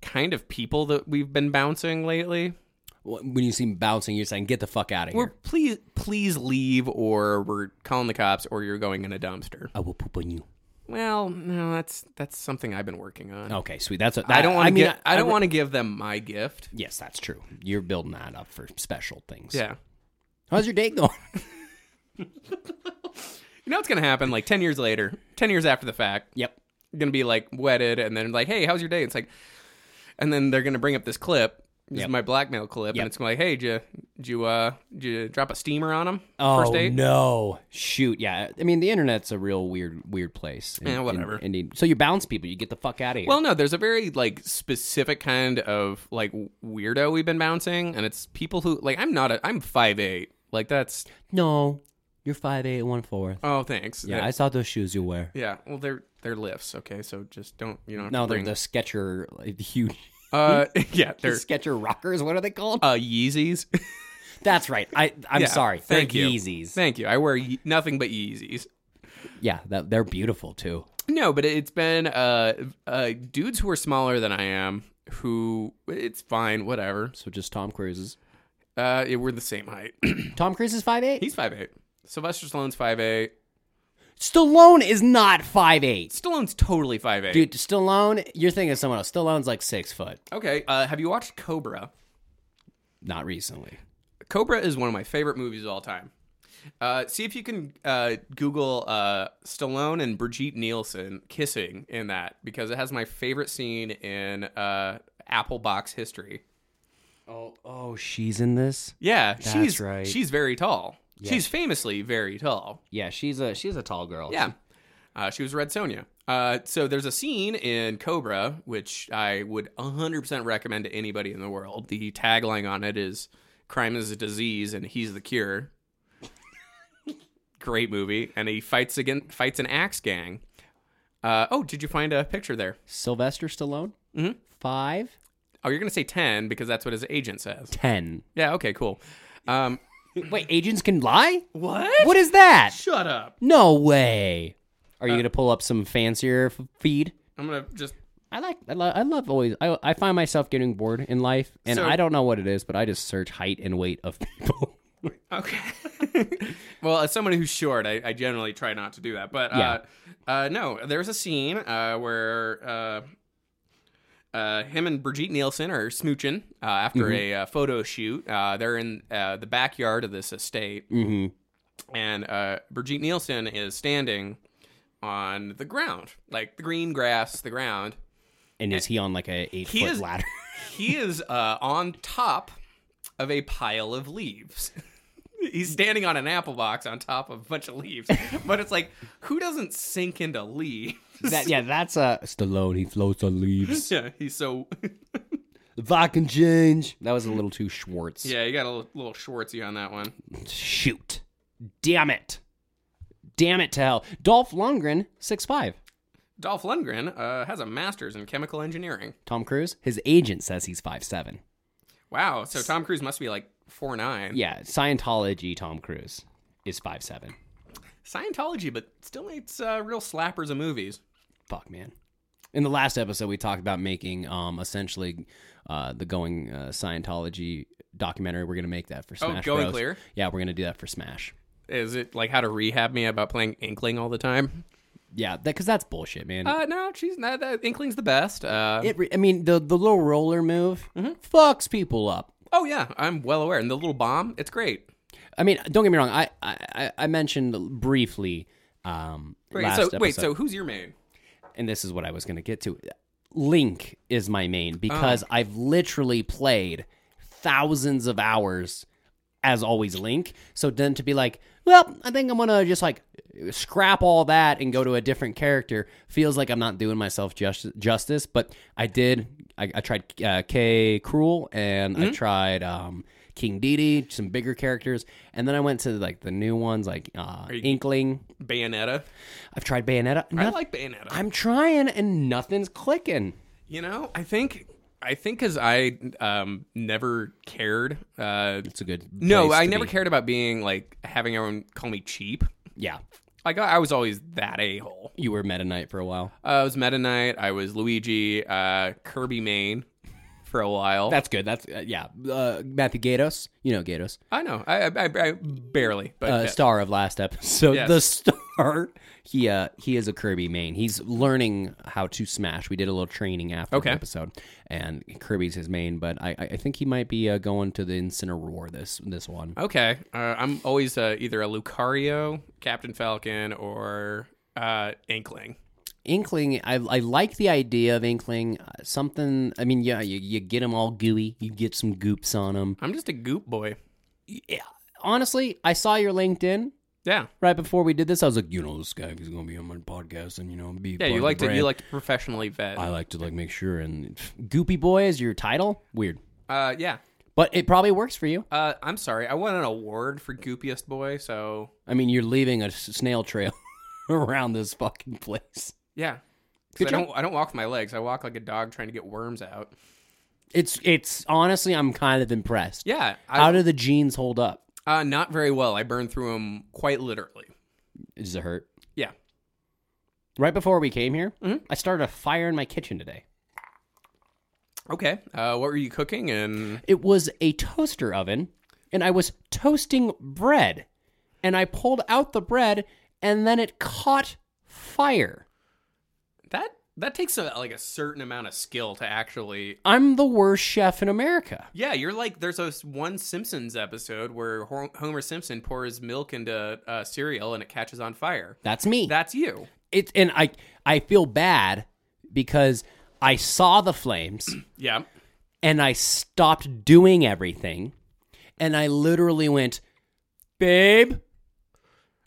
A: kind of people that we've been bouncing lately.
B: When you see them bouncing, you're saying, "Get the fuck out of
A: We're
B: here."
A: please, please leave, or we're calling the cops, or you're going in a dumpster.
B: I will poop on you.
A: Well, no, that's that's something I've been working on.
B: Okay, sweet. That's what
A: I don't want to
B: Oh, mean,
A: get. I, don't want to give them my gift.
B: Yes, that's true. You're building that up for special things.
A: Yeah.
B: How's your date going?
A: You know what's gonna happen? Like ten years later, ten years after the fact,
B: Yep.
A: you're gonna be like wedded, and then like, hey, how's your day? It's like, and then they're gonna bring up this clip. This
B: Yep.
A: is my blackmail clip,
B: Yep.
A: and it's gonna be like, hey, did you, did you, uh, did you drop a steamer on him
B: Oh
A: first date?
B: no! Shoot, yeah. I mean, the internet's a real weird, weird place.
A: Yeah, whatever.
B: Indeed. So you bounce people, you get the fuck out of here.
A: Well, no, there's a very like specific kind of like weirdo we've been bouncing, and it's people who like I'm not a I'm five eight. Like that's
B: no, you're five eight one fourth.
A: oh thanks
B: Yeah, I saw those shoes you wear.
A: yeah well they're they're lifts okay so just don't you know
B: No, they're
A: bring,
B: the Sketcher, like, huge
A: uh yeah they're
B: Sketcher rockers. What are they called?
A: uh Yeezys
B: That's right. I I'm
A: Yeah,
B: sorry.
A: thank
B: they're
A: you.
B: Yeezys.
A: thank you I wear ye- nothing but Yeezys
B: yeah, that, they're beautiful too.
A: No, but it's been uh, uh, dudes who are smaller than I am who it's fine, whatever.
B: So just Tom Cruise's.
A: Uh, yeah, we're the same height.
B: Tom Cruise is five eight.
A: He's five eight. Sylvester Stallone's five eight.
B: Stallone is not five eight.
A: Stallone's totally five eight.
B: Dude, Stallone, you're thinking of someone else. Stallone's like six foot.
A: Okay. Uh, have you watched Cobra?
B: Not recently.
A: Cobra is one of my favorite movies of all time. Uh, see if you can uh, Google uh, Stallone and Brigitte Nielsen kissing in that because it has my favorite scene in uh, Apple Box history.
B: Oh, oh, she's in this.
A: Yeah, she's
B: right.
A: she's very tall. She's famously very tall.
B: Yeah, she's a she's a tall girl.
A: Yeah. Uh, she was Red Sonia. Uh, so there's a scene in Cobra, which I would 100% recommend to anybody in the world. The tagline on it is Crime is a Disease and He's the Cure. Great movie. And he fights again, fights an axe gang. Uh, oh, did you find a picture there?
B: Sylvester Stallone. Mm-hmm. Five
A: Oh, you're going to say 10 because that's what his agent says.
B: ten.
A: Yeah, okay, cool. Um,
B: Wait, agents can lie.
A: what?
B: What is that?
A: Shut up.
B: No way. Are you gonna pull up some fancier f- feed?
A: I'm going to just.
B: I like I love I love always I I find myself getting bored in life and
A: So-
B: I don't know what it is but I just search height and weight of people.
A: Okay. well, as someone who's short, I, I generally try not to do that. But uh, uh, no, there's a scene uh, where uh, uh, him and Brigitte Nielsen are smooching uh, after a uh, photo shoot. Uh, they're in uh, the backyard of this estate,
B: mm-hmm.
A: and uh, Brigitte Nielsen is standing on the ground, like the green grass, the ground.
B: And is he on like a eight
A: He
B: foot
A: is-
B: ladder?
A: He is uh, on top of a pile of leaves. He's standing on an apple box on top of a bunch of leaves. But it's like, who doesn't sink into leaves?
B: that, yeah, that's a Stallone. He floats on leaves.
A: yeah, he's so.
B: If I can change, that was a little too Schwartz.
A: yeah, you got a little, little Schwartzy on that one.
B: Shoot, damn it, damn it to hell. Dolph Lundgren, six five.
A: Dolph Lundgren uh, has a master's in chemical engineering.
B: Tom Cruise, his agent says he's five seven.
A: Wow, so Tom Cruise must be like four nine.
B: Yeah, Scientology. Tom Cruise is five seven.
A: Scientology, but still makes uh, real slappers of movies.
B: fuck man in the last episode we talked about making um essentially uh the going uh, scientology documentary we're gonna make that for smash
A: Oh, Going
B: Bros.
A: Clear?
B: yeah we're gonna do that for smash
A: Is it like how to rehab me about playing Inkling all the time?
B: yeah because that's bullshit man
A: Uh, no, she's not. That Inkling's the best. Uh,
B: it re- i mean the the little roller move
A: Mm-hmm.
B: fucks people up
A: Oh yeah, I'm well aware. And the little bomb, it's great.
B: i mean don't get me wrong i i I- i mentioned briefly um
A: Wait,
B: last
A: so
B: episode,
A: wait, so who's your main?
B: and this is what i was gonna get to link is my main because
A: Oh.
B: i've literally played thousands of hours as always link so then to be like well i think i'm gonna just like scrap all that and go to a different character feels like i'm not doing myself just, justice but i did i, I tried uh, k cruel and
A: Mm-hmm.
B: i tried um king Dedede, some bigger characters and then i went to like the new ones like uh inkling
A: Bayonetta.
B: i've tried bayonetta
A: I
B: Noth-
A: like Bayonetta.
B: i'm trying and nothing's clicking
A: you know, I think I think because I um never cared. Uh,
B: it's a good
A: no,
B: place
A: I
B: to
A: never
B: be.
A: cared about being like having everyone call me cheap.
B: yeah
A: Like I, I was always that a hole.
B: you were meta knight for a while
A: Uh, I was Meta Knight. I was Luigi. Uh, Kirby Main for a while.
B: That's good. That's uh, yeah. Uh, Matthew Gatos, you know Gatos,
A: I know. I, I, I, I barely, but
B: uh,
A: yeah.
B: star of last episode.
A: Yes.
B: The star. He uh he is a Kirby main. He's learning how to smash. We did a little training after
A: Okay.
B: the episode, and Kirby's his main. But I I I think he might be uh, going to the Incineroar this this one.
A: okay. Uh, I'm always uh, either a Lucario, Captain Falcon, or uh, Inkling.
B: Inkling, I, I like the idea of Inkling. Uh, Something, I mean, yeah, you, you get them all gooey. You get some goops on them.
A: I'm just a goop boy.
B: Honestly, I saw your LinkedIn
A: Yeah,
B: right before we did this. I was like, you know, this guy is going to be on my podcast and, you know, be.
A: yeah.
B: part of
A: You
B: the
A: like to
B: brand.
A: you like to professionally vet.
B: I like to, like, make sure. And Goopy Boy is your title? Weird.
A: Uh, yeah.
B: But it probably works for you.
A: Uh, I'm sorry. I won an award for goopiest boy. So
B: I mean, you're leaving a s- snail trail around this fucking place.
A: yeah. 'Cause
B: Good
A: I
B: job.
A: don't. I don't walk with my legs. I walk like a dog trying to get worms out.
B: It's, it's honestly, I'm kind of impressed.
A: Yeah. I,
B: How do the jeans hold up?
A: uh, not very well. I burned through them quite literally.
B: Does it hurt?
A: Yeah.
B: Right before we came here,
A: Mm-hmm.
B: I started a fire in my kitchen today.
A: Okay. Uh, what were you cooking? And
B: It was a toaster oven, and I was toasting bread. And I pulled out the bread, and then it caught fire.
A: that that takes a, like a certain amount of skill to actually.
B: I'm the worst chef in America.
A: Yeah, you're like there's a one Simpsons episode where Ho- Homer Simpson pours milk into uh, cereal and it catches on fire.
B: That's me.
A: That's you.
B: It, and I, I feel bad because I saw the flames
A: Yeah.
B: and I stopped doing everything. And I literally went, Babe,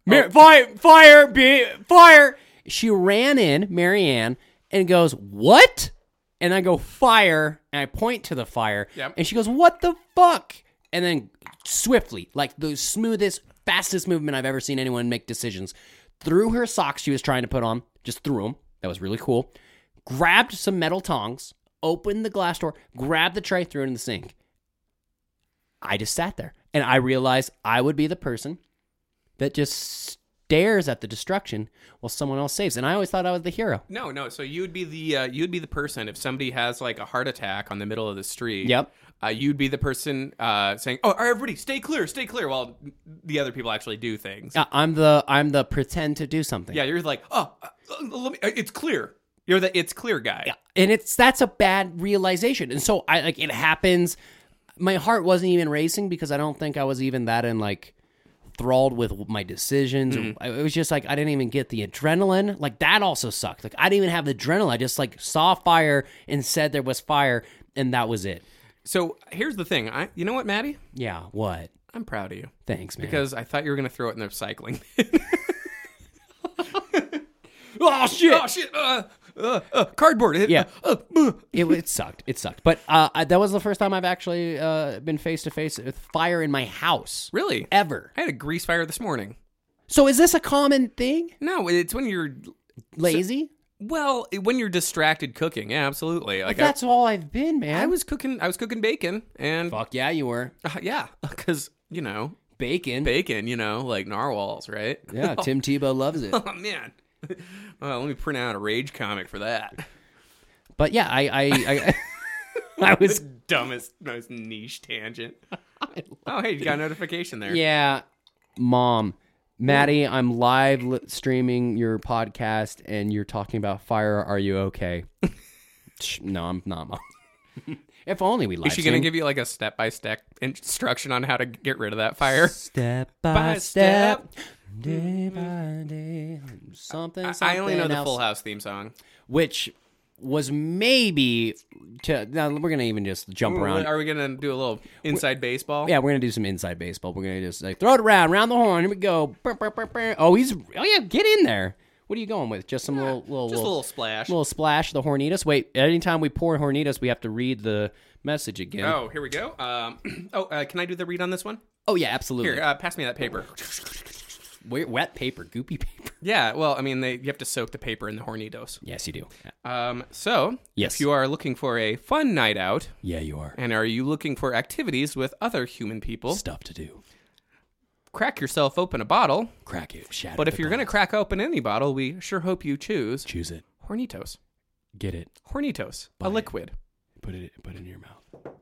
B: Mar- fire, fire, be- fire. She ran in, Marianne, and goes, What? And I go, Fire. And I point to the fire.
A: Yep.
B: And she goes, What the fuck? And then swiftly, like the smoothest, fastest movement I've ever seen anyone make decisions, threw her socks she was trying to put on, just threw them. That was really cool. Grabbed some metal tongs, opened the glass door, grabbed the tray, threw it in the sink. I just sat there and I realized I would be the person that just stares at the destruction while someone else saves. And I always thought I was the hero.
A: No, no. So you'd be the uh, you'd be the person if somebody has like a heart attack on the middle of the street.
B: Yep.
A: Uh, you'd be the person uh, saying, "Oh, everybody, stay clear, stay clear," while the other people actually do things.
B: I- I'm the I'm the pretend to do something.
A: Yeah, you're like, "Oh, uh, uh, let me, uh, it's clear." You're the it's clear guy. Yeah.
B: And it's that's a bad realization. And so I like it happens my heart wasn't even racing because I don't think I was even that in like thralled with my decisions. I- It was just like I didn't even get the adrenaline. Like that also sucked. Like I didn't even have the adrenaline. I just like saw fire and said there was fire and that was it.
A: So here's the thing. I, you know what, Maddie?
B: Yeah, what?
A: I'm proud of you.
B: Thanks, man.
A: Because I thought you were gonna throw it in the recycling.
B: oh shit.
A: oh shit! Uh, uh, uh, cardboard. It-
B: Yeah.
A: uh, uh,
B: it, it sucked. It sucked. But uh, I, that was the first time I've actually uh, been face to face with fire in my house
A: really?
B: ever.
A: I had a grease fire this morning.
B: So is this a common thing?
A: No, it's when you're
B: Lazy?
A: well, when you're distracted cooking. Yeah, absolutely. Like I,
B: That's all I've been, man.
A: I was cooking. I was cooking bacon, and
B: Fuck yeah, you were
A: uh, yeah, because you know
B: bacon.
A: bacon. You know, like narwhals, right?
B: yeah, Tim Tebow loves it.
A: Oh man. Uh, let me print out a rage comic for that.
B: But yeah, I I I, I was
A: Dumbest, most niche tangent. Oh, hey, you got a notification there.
B: yeah, mom. Maddie, I'm live li- streaming your podcast, and you're talking about fire. Are you okay? Shh, no, I'm not, mom. if only we live.
A: Is she going to give you like a step by step instruction on how to get rid of that fire?
B: Step
A: By step.
B: day by day, something.
A: I only know
B: something
A: the
B: else.
A: Full House theme song.
B: which was maybe. To, now we're gonna even just jump around.
A: Are we going to do a little inside baseball?
B: yeah, we're gonna do some inside baseball. We're gonna just like throw it around, round the horn. Here we go. Brr, brr, brr, brr. Oh, he's oh yeah, get in there. What are you going with? Just some little little
A: Just a
B: little,
A: little splash.
B: little splash. The Hornitos. Wait, anytime we pour Hornitos, we have to read the message again. Oh,
A: Oh, here we go. Um, oh, uh, can I do the read on this one?
B: yeah, absolutely.
A: Here, uh, pass me that paper.
B: Wet- Wet paper, goopy paper.
A: Yeah, well, I mean, they, you have to soak the paper in the Hornitos.
B: Yes, you do.
A: Um, so,
B: Yes.
A: if you are looking for a fun night out,
B: Yeah, you are.
A: and are you looking for activities with other human people,
B: Stuff to do.
A: crack yourself open a bottle.
B: Crack it, shatter.
A: But if you're going to crack open any bottle, we sure hope you choose
B: choose it,
A: Hornitos.
B: get it,
A: Hornitos, a liquid.
B: put it, put it in your mouth.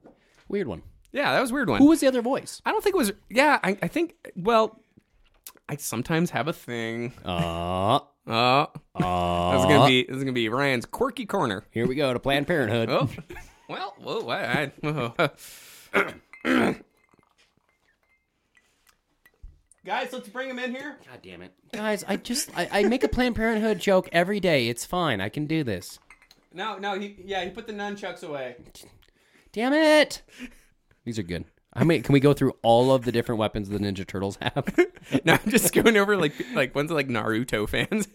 B: Weird one.
A: Yeah, that was a weird one.
B: Who was the other voice?
A: I don't think it was. Yeah, I, I think. Well, I sometimes have a thing.
B: Uh,
A: Uh,
B: uh,
A: this is gonna be this is gonna be Ryan's quirky corner.
B: here we go to Planned Parenthood.
A: Oh, well, whoa, I, I, whoa. Guys, let's bring him in here.
B: God damn it. Guys, I just I, I make a Planned Parenthood joke every day. It's fine. I can do this.
A: No, no, he yeah, he put the nunchucks away.
B: Damn it. These are good. I mean, can we go through all of the different weapons the Ninja Turtles have?
A: no, I'm just going over like like ones that, like Naruto fans.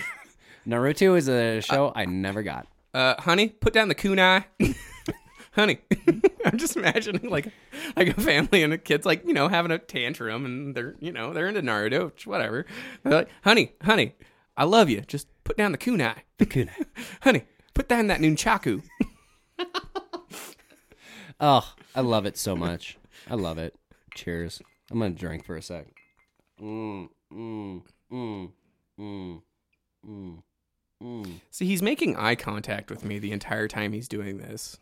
B: Naruto is a show I never got.
A: Uh, honey, put down the kunai. honey, I'm just imagining like like a family and a kid's like you know having a tantrum and they're you know they're into Naruto, which, whatever. They're like, honey, honey, I love you. Just put down the kunai. honey, put down that nunchaku.
B: Oh, I love it so much. I love it. Cheers. I'm gonna drink for a sec. Mm, mm, mm, mm, mm, mm.
A: See, he's making eye contact with me the entire time he's doing this.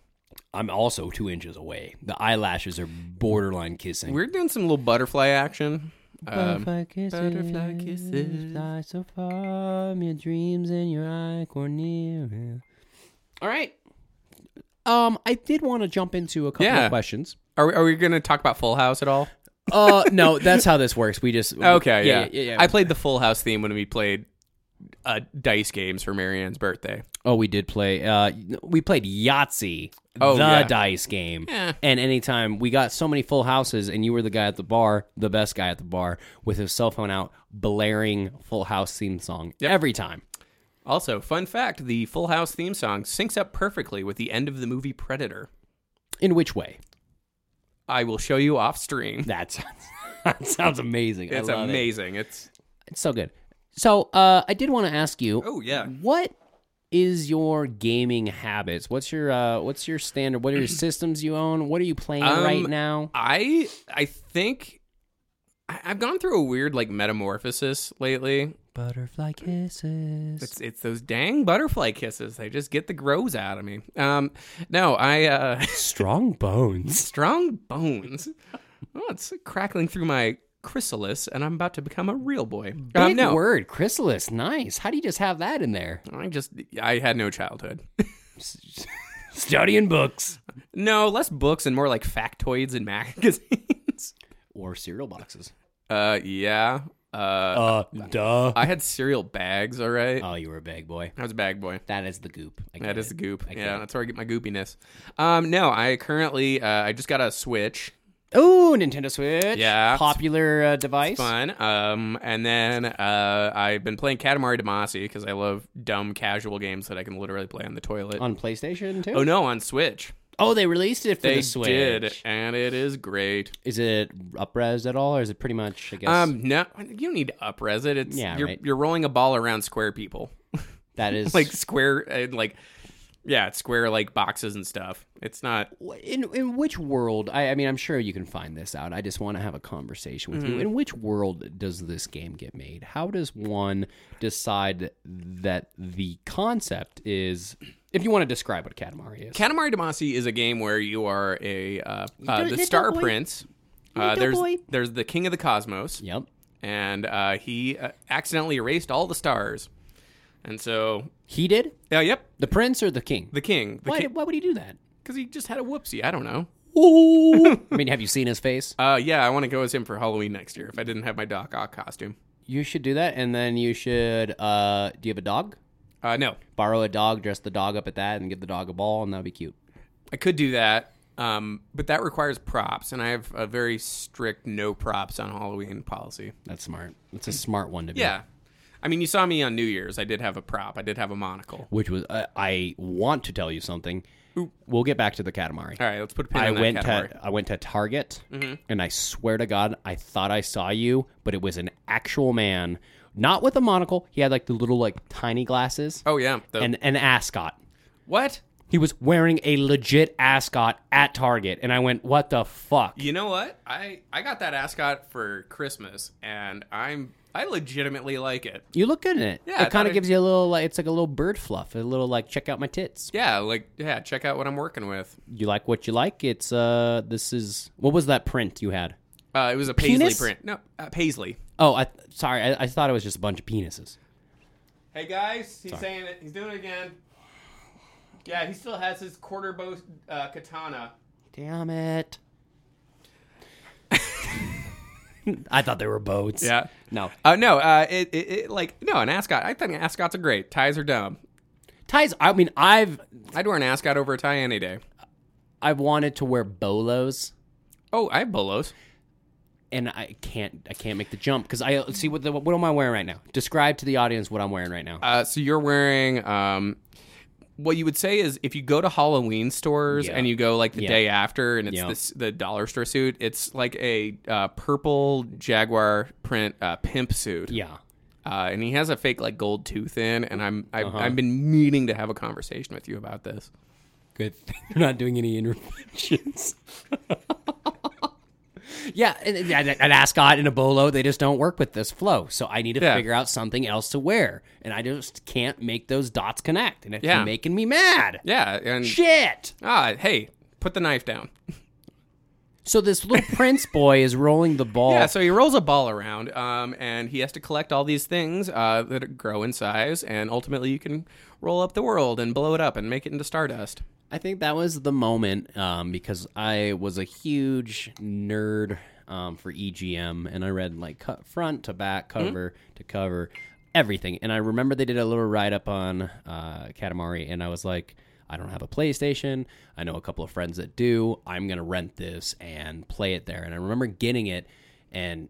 B: I'm also two inches away. The eyelashes are borderline kissing.
A: We're doing some little butterfly action. Um,
B: butterfly kisses,
A: butterfly kisses.
B: fly so far, your dreams in your eye cornea. All right. Um, I did want to jump into a couple
A: Yeah.
B: of questions.
A: are we, are we going to talk about Full House at all?
B: Uh, no, that's how this works. We just
A: Okay, yeah.
B: yeah, yeah, yeah.
A: I played the Full House theme when we played uh, dice games for Marianne's birthday.
B: Oh, we did play. Uh, we played Yahtzee,
A: Oh,
B: the
A: yeah.
B: dice game.
A: Yeah.
B: And anytime we got so many full houses, and you were the guy at the bar, the best guy at the bar, with his cell phone out, blaring Full House theme song every time.
A: Also, fun fact the Full House theme song syncs up perfectly with the end of the movie Predator.
B: In which way?
A: I will show you off stream.
B: That sounds, that sounds amazing.
A: It's
B: I love it.
A: amazing. It's
B: It's so good. So, uh, I did want to ask you,
A: oh yeah.
B: what is your gaming habits? What's your uh, what's your standard? What are your systems you own? What are you playing
A: Um,
B: right now?
A: I I think I, I've gone through a weird like metamorphosis lately.
B: Butterfly kisses.
A: It's it's those dang butterfly kisses. They just get the grows out of me. Um, no, I uh,
B: Strong bones.
A: strong bones. Oh, it's crackling through my chrysalis, and I'm about to become a real boy. Um,
B: Big
A: no,
B: word, chrysalis. Nice. How do you just have that in there?
A: I just I had no childhood.
B: Studying books
A: no, less books and more like factoids and magazines.
B: or cereal boxes.
A: Uh, yeah. Uh,
B: Uh, duh.
A: I had cereal bags. All right,
B: Oh, you were a bag boy.
A: I was a bag boy.
B: That is the goop. I
A: That is the goop.
B: I get
A: Yeah,
B: it.
A: that's where I get my goopiness. Um, no, I currently uh, I just got a Switch.
B: Oh, Nintendo Switch.
A: Yeah.
B: popular uh, device.
A: Fun. Um, and then uh, I've been playing Katamari Damacy because I love dumb casual games that I can literally play on the toilet.
B: on PlayStation too.
A: oh no, on Switch.
B: Oh, they released it for
A: They
B: the Switch.
A: did, and it is great.
B: Is it upres at all, or is it pretty much? I guess
A: Um, no, you don't need to upres it. It's
B: Yeah,
A: you're
B: right.
A: you're rolling a ball around square people,
B: that is
A: like square and like yeah, it's square like boxes and stuff. It's not
B: in in which world? I, I mean, I'm sure you can find this out. I just want to have a conversation
A: Mm-hmm.
B: with you. In which world does this game get made? How does one decide that the concept is? If you want to describe what Katamari is,
A: Katamari Damacy is a game where you are a uh, uh,
B: Little-
A: the
B: little
A: Star
B: boy.
A: Prince. Uh,
B: Little
A: there's
B: boy.
A: there's the King of the Cosmos,
B: yep,
A: and uh, he uh, accidentally erased all the stars, and so
B: he did
A: yeah, yep,
B: the prince or the king.
A: the king,
B: why? did- why would he do that?
A: because he just had a whoopsie. I don't know.
B: I mean, have you seen his face?
A: Uh, yeah, I want to go as him for Halloween next year if I didn't have my Doc Ock costume.
B: You should do that, and then you should. Uh, do you have a dog?
A: Uh, no,
B: Borrow a dog, dress the dog up at that, and give the dog a ball, and that'd be cute.
A: I could do that, um, but that requires props, and I have a very strict no props on Halloween policy.
B: That's smart. That's a smart one to be.
A: Yeah. I mean, you saw me on New Year's. I did have a prop. I did have a monocle.
B: which was uh, I want to tell you something. We'll get back to the
A: All right,
B: Katamari.
A: Mm-hmm. let's put a pin
B: I
A: on that
B: went
A: category.
B: to I went to Target, and I swear to God, I thought I saw you, but it was an actual man, not with a monocle. He had like the little like tiny glasses
A: oh yeah, the,
B: and an ascot.
A: what?
B: He was wearing a legit ascot at Target, and I went, "What the fuck?"
A: You know what? I I got that ascot for Christmas, and I'm I legitimately like it.
B: You look good in it.
A: Yeah, I
B: it kind
A: thought
B: of
A: I-
B: gives you a little like it's like a little bird fluff, a little like check out my tits.
A: Yeah, like yeah, check out what I'm working with.
B: You like what you like. It's uh this is what was that print you had?
A: Uh, it was a paisley
B: Penis?
A: print. No, uh, paisley.
B: Oh, I sorry, I, I thought it was just a bunch of penises.
A: Hey guys, he's saying it. He's doing it again. Yeah, he still has his quarter bow uh, katana.
B: Damn it. I thought they were boats.
A: Yeah.
B: No.
A: Uh, no, uh, it, it, it like no an ascot. I think ascots are great. Ties are dumb.
B: Ties I mean I've
A: I'd wear an ascot over a tie any day.
B: I've wanted to wear bolos
A: Oh, I have bolos.
B: and I can't I can't make the jump cuz I see what the, what am I wearing right now? Describe to the audience what I'm wearing right now.
A: Uh, so you're wearing um, what you would say is if you go to Halloween stores
B: Yeah.
A: and you go like the
B: Yeah.
A: day after and it's
B: Yeah.
A: this, the dollar store suit, it's like a uh, purple jaguar print uh, pimp suit.
B: yeah.
A: Uh, and he has a fake like gold tooth in, and I'm I've,
B: Uh-huh.
A: I've been meaning to have a conversation with you about this.
B: Good. thing They're not doing any interventions. yeah, and- and an ascot and a bolo, they just don't work with this flow. So I need to
A: Yeah.
B: figure out something else to wear. And I just can't make those dots connect. And it's
A: Yeah.
B: making me mad.
A: Yeah, and
B: Shit.
A: ah, hey, put the knife down.
B: So this little prince boy is rolling the ball.
A: Yeah, so he rolls a ball around, um, and he has to collect all these things uh, that grow in size, and ultimately you can roll up the world and blow it up and make it into stardust.
B: I think that was the moment um, because I was a huge nerd um, for EGM, and I read like cut front to back,
A: Mm-hmm.
B: cover to cover, everything. And I remember they did a little write up on uh, Katamari, and I was like, I don't have a PlayStation. I know a couple of friends that do. I'm gonna rent this and play it there. And I remember getting it and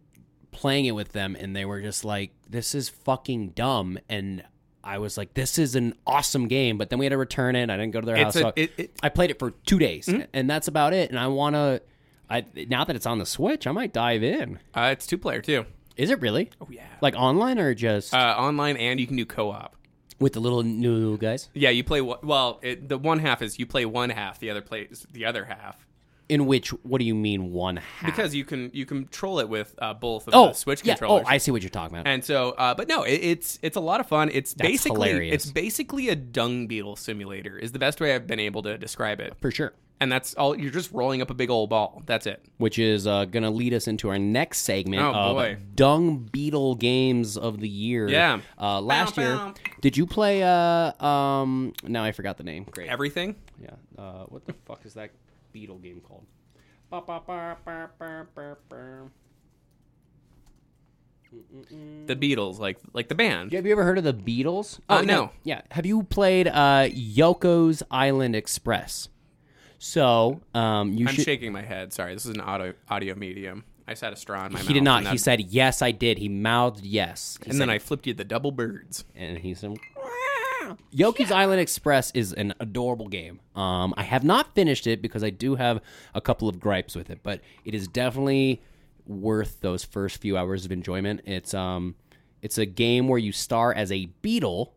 B: playing it with them and they were just like this is fucking dumb and i was like this is an awesome game but then we had to return it i didn't go to their
A: It's
B: house
A: a-
B: Uh, so
A: it- it-
B: i played it for two days
A: Mm-hmm.
B: and that's about it and i want to i now that it's on the switch i might dive in
A: Uh, it's two player too.
B: is it really
A: Oh yeah,
B: like online or just
A: uh, online and you can do co op.
B: with the little new guys
A: Yeah, you play one- well. It, the one half is you play one half, the other plays the other
B: Ah.
A: half
B: in which what do you mean one half
A: because you can you control it with uh, both of
B: oh
A: the Switch
B: yeah.
A: controllers.
B: oh i see what you're talking about
A: And so, uh, but no, it, it's it's a lot of fun. It's basically
B: hilarious.
A: it's basically a dung beetle simulator is the best way I've been able to describe it.
B: for sure
A: And that's all. You're just rolling up a big old ball. That's it.
B: which is uh, going to lead us into our next segment
A: Oh,
B: of
A: boy.
B: Dung Beetle Games of the Year.
A: Yeah.
B: Uh, last
A: Bow,
B: year,
A: bow.
B: did you play? Uh, um, now I forgot the name. Great.
A: Everything.
B: Yeah. Uh, what the fuck is that beetle game called? Ba, ba, ba, ba, ba, ba, ba.
A: The Beatles, like like the band.
B: Have you ever heard of the Beatles? Oh,
A: Uh, no.
B: Yeah. Have you played uh, Yoko's Island Express? So um, you
A: I'm
B: should.
A: shaking my head. Sorry, this is an audio audio medium. I sat a straw in my mouth.
B: He did not.
A: And,
B: He
A: that-
B: said yes. I did. He mouthed yes. He
A: and then I flipped you the double birds.
B: and he said, Yoki's Island Express is an adorable game. Um, I have not finished it because I do have a couple of gripes with it, but it is definitely worth those first few hours of enjoyment. It's um, it's a game where you star as a beetle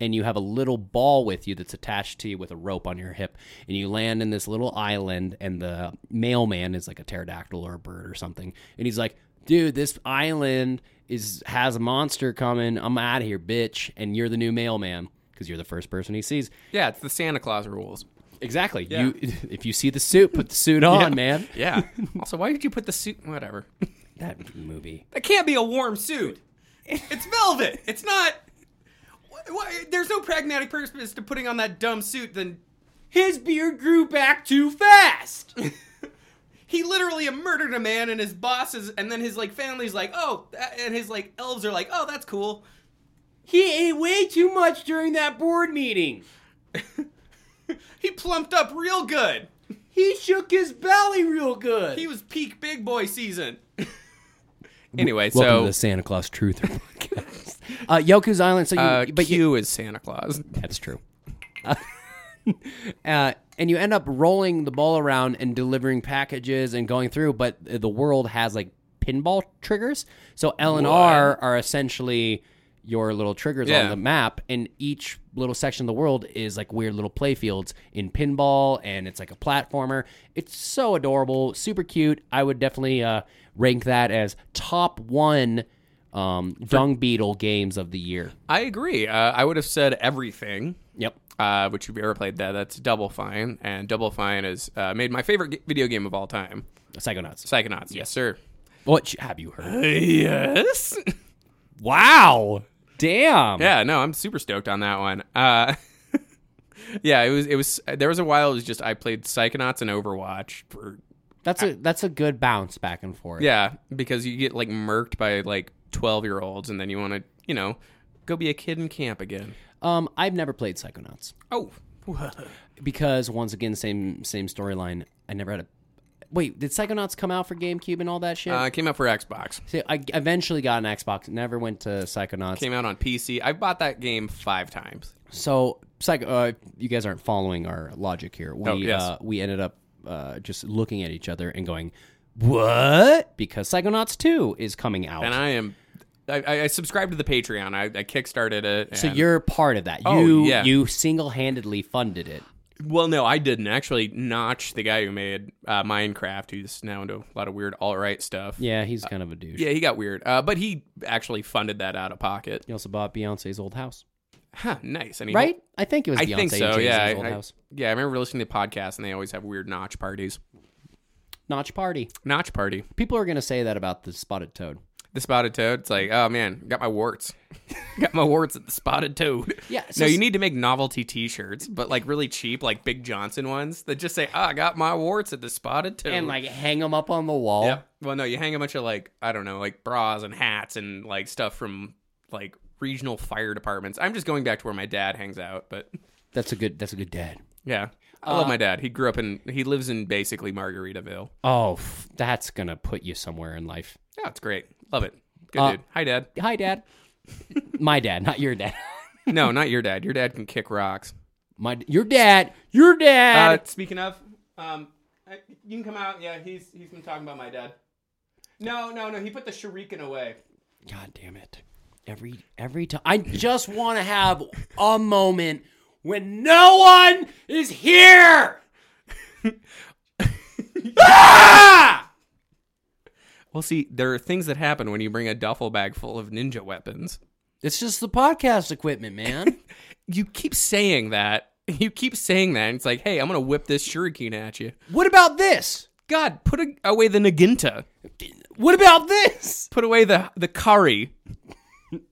B: and you have a little ball with you that's attached to you with a rope on your hip and you land in this little island and the mailman is like a pterodactyl or a bird or something and he's like dude this island is has a monster coming i'm out of here bitch and you're the new mailman because you're the first person he sees
A: Yeah, it's the Santa Claus rules.
B: exactly you if you see the suit put the suit on man
A: Yeah. also, why did you put the suit? Whatever.
B: that movie
A: That can't be a warm suit. It's velvet. It's not. Wh- wh- There's no pragmatic purpose to putting on that dumb suit than
B: his beard grew back too fast
A: he literally murdered a man and his bosses and then his like family's like oh tha- and his like elves are like oh that's cool.
B: he ate way too much during that board meeting
A: He plumped up real good.
B: he shook his belly real good
A: He was peak big boy season. anyway,
B: Welcome to
A: so
B: the Santa Claus Truth podcast. Uh, Yoku's Island. So you,
A: uh,
B: but you,
A: Q is Santa Claus.
B: that's true. Uh, and you end up rolling the ball around and delivering packages and going through, but the world has like pinball triggers. So L and R are essentially your little triggers on
A: Yeah.
B: the map, and each little section of the world is like weird little play fields in pinball, and it's like a platformer. It's so adorable, super cute. I would definitely uh, rank that as top one um, dung beetle games of the year.
A: I agree. Uh, I would have said everything.
B: Yep.
A: Uh, which you've ever played that. That's Double Fine, and Double Fine has uh, made my favorite g- video game of all time,
B: Psychonauts.
A: Psychonauts. Yes, sir.
B: What have you heard?
A: Yes.
B: Wow. Damn.
A: Yeah, no, I'm super stoked on that one. Uh, yeah, it was it was there was a while it was just I played Psychonauts and Overwatch for
B: That's a that's a good bounce back and forth.
A: yeah because you get like murked by like twelve year olds and then you want to you know go be a kid in camp again.
B: Um, I've never played Psychonauts
A: Oh,
B: because once again, same same storyline. I never had a. Wait, did Psychonauts come out for GameCube and all that shit?
A: uh, it came out for Xbox.
B: See, I eventually got an Xbox. Never went to Psychonauts.
A: Came out on PC. I bought that game five times.
B: So, psych- uh, you guys aren't following our logic here. We
A: Oh, yes.
B: uh, we ended up uh, just looking at each other and going, "What?" Because Psychonauts Two is coming out.
A: and I am. I- I, I subscribed to the Patreon. I, I kickstarted it.
B: so
A: and-
B: you're part of that.
A: Oh,
B: you
A: yeah.
B: you single handedly funded it.
A: well, no, I didn't actually. Notch, the guy who made uh, Minecraft, who's now into a lot of weird alt right stuff.
B: Uh, Yeah, he's kind of a douche.
A: Yeah, he got weird. Uh, but he actually funded that out of pocket.
B: He also bought Beyonce's old house,
A: Huh, nice. And he,
B: right? I think it was
A: I
B: Beyonce
A: think so.
B: and Jay-Z's
A: Yeah, I,
B: old
A: I-
B: house.
A: yeah. I remember listening to podcasts, and they always have weird notch parties.
B: Notch party.
A: Notch party.
B: People are gonna say that about the spotted toad.
A: The spotted toad. It's like, oh man, got my warts. got my warts at the spotted toad.
B: Yeah, so
A: no,
B: s-
A: you need to make novelty T-shirts, but like really cheap, like Big Johnson ones that just say, "Ah, I got my warts at the spotted toad."
B: And like hang them up on the wall.
A: Yep. Well, no, you hang a bunch of like I don't know, like bras and hats and like stuff from like regional fire departments. I'm just going back to where my dad hangs out, but
B: That's a good. That's a good dad.
A: yeah, I love my
B: Uh,
A: dad. He grew up in he lives in basically Margaritaville.
B: Oh, f- that's gonna put you somewhere in life.
A: Yeah, it's great. Love it. Good
B: Uh,
A: dude. Hi, Dad.
B: hi dad my dad not your dad
A: No, not your dad. Your dad can kick rocks.
B: my your dad your
A: Uh,
B: dad
A: speaking of, um, I- you can come out. Yeah, he's he's been talking about my dad. No, no, no. He put the shuriken away.
B: god damn it every every time i just want to have a moment when no one is here Ah!
A: Well, see, there are things that happen when you bring a duffel bag full of ninja weapons.
B: it's just the podcast equipment man
A: you keep saying that. You keep saying that. And it's like, hey, I'm gonna whip this shuriken at you.
B: what about this
A: God, put a- away the naginta.
B: what about this
A: Put away the the kari.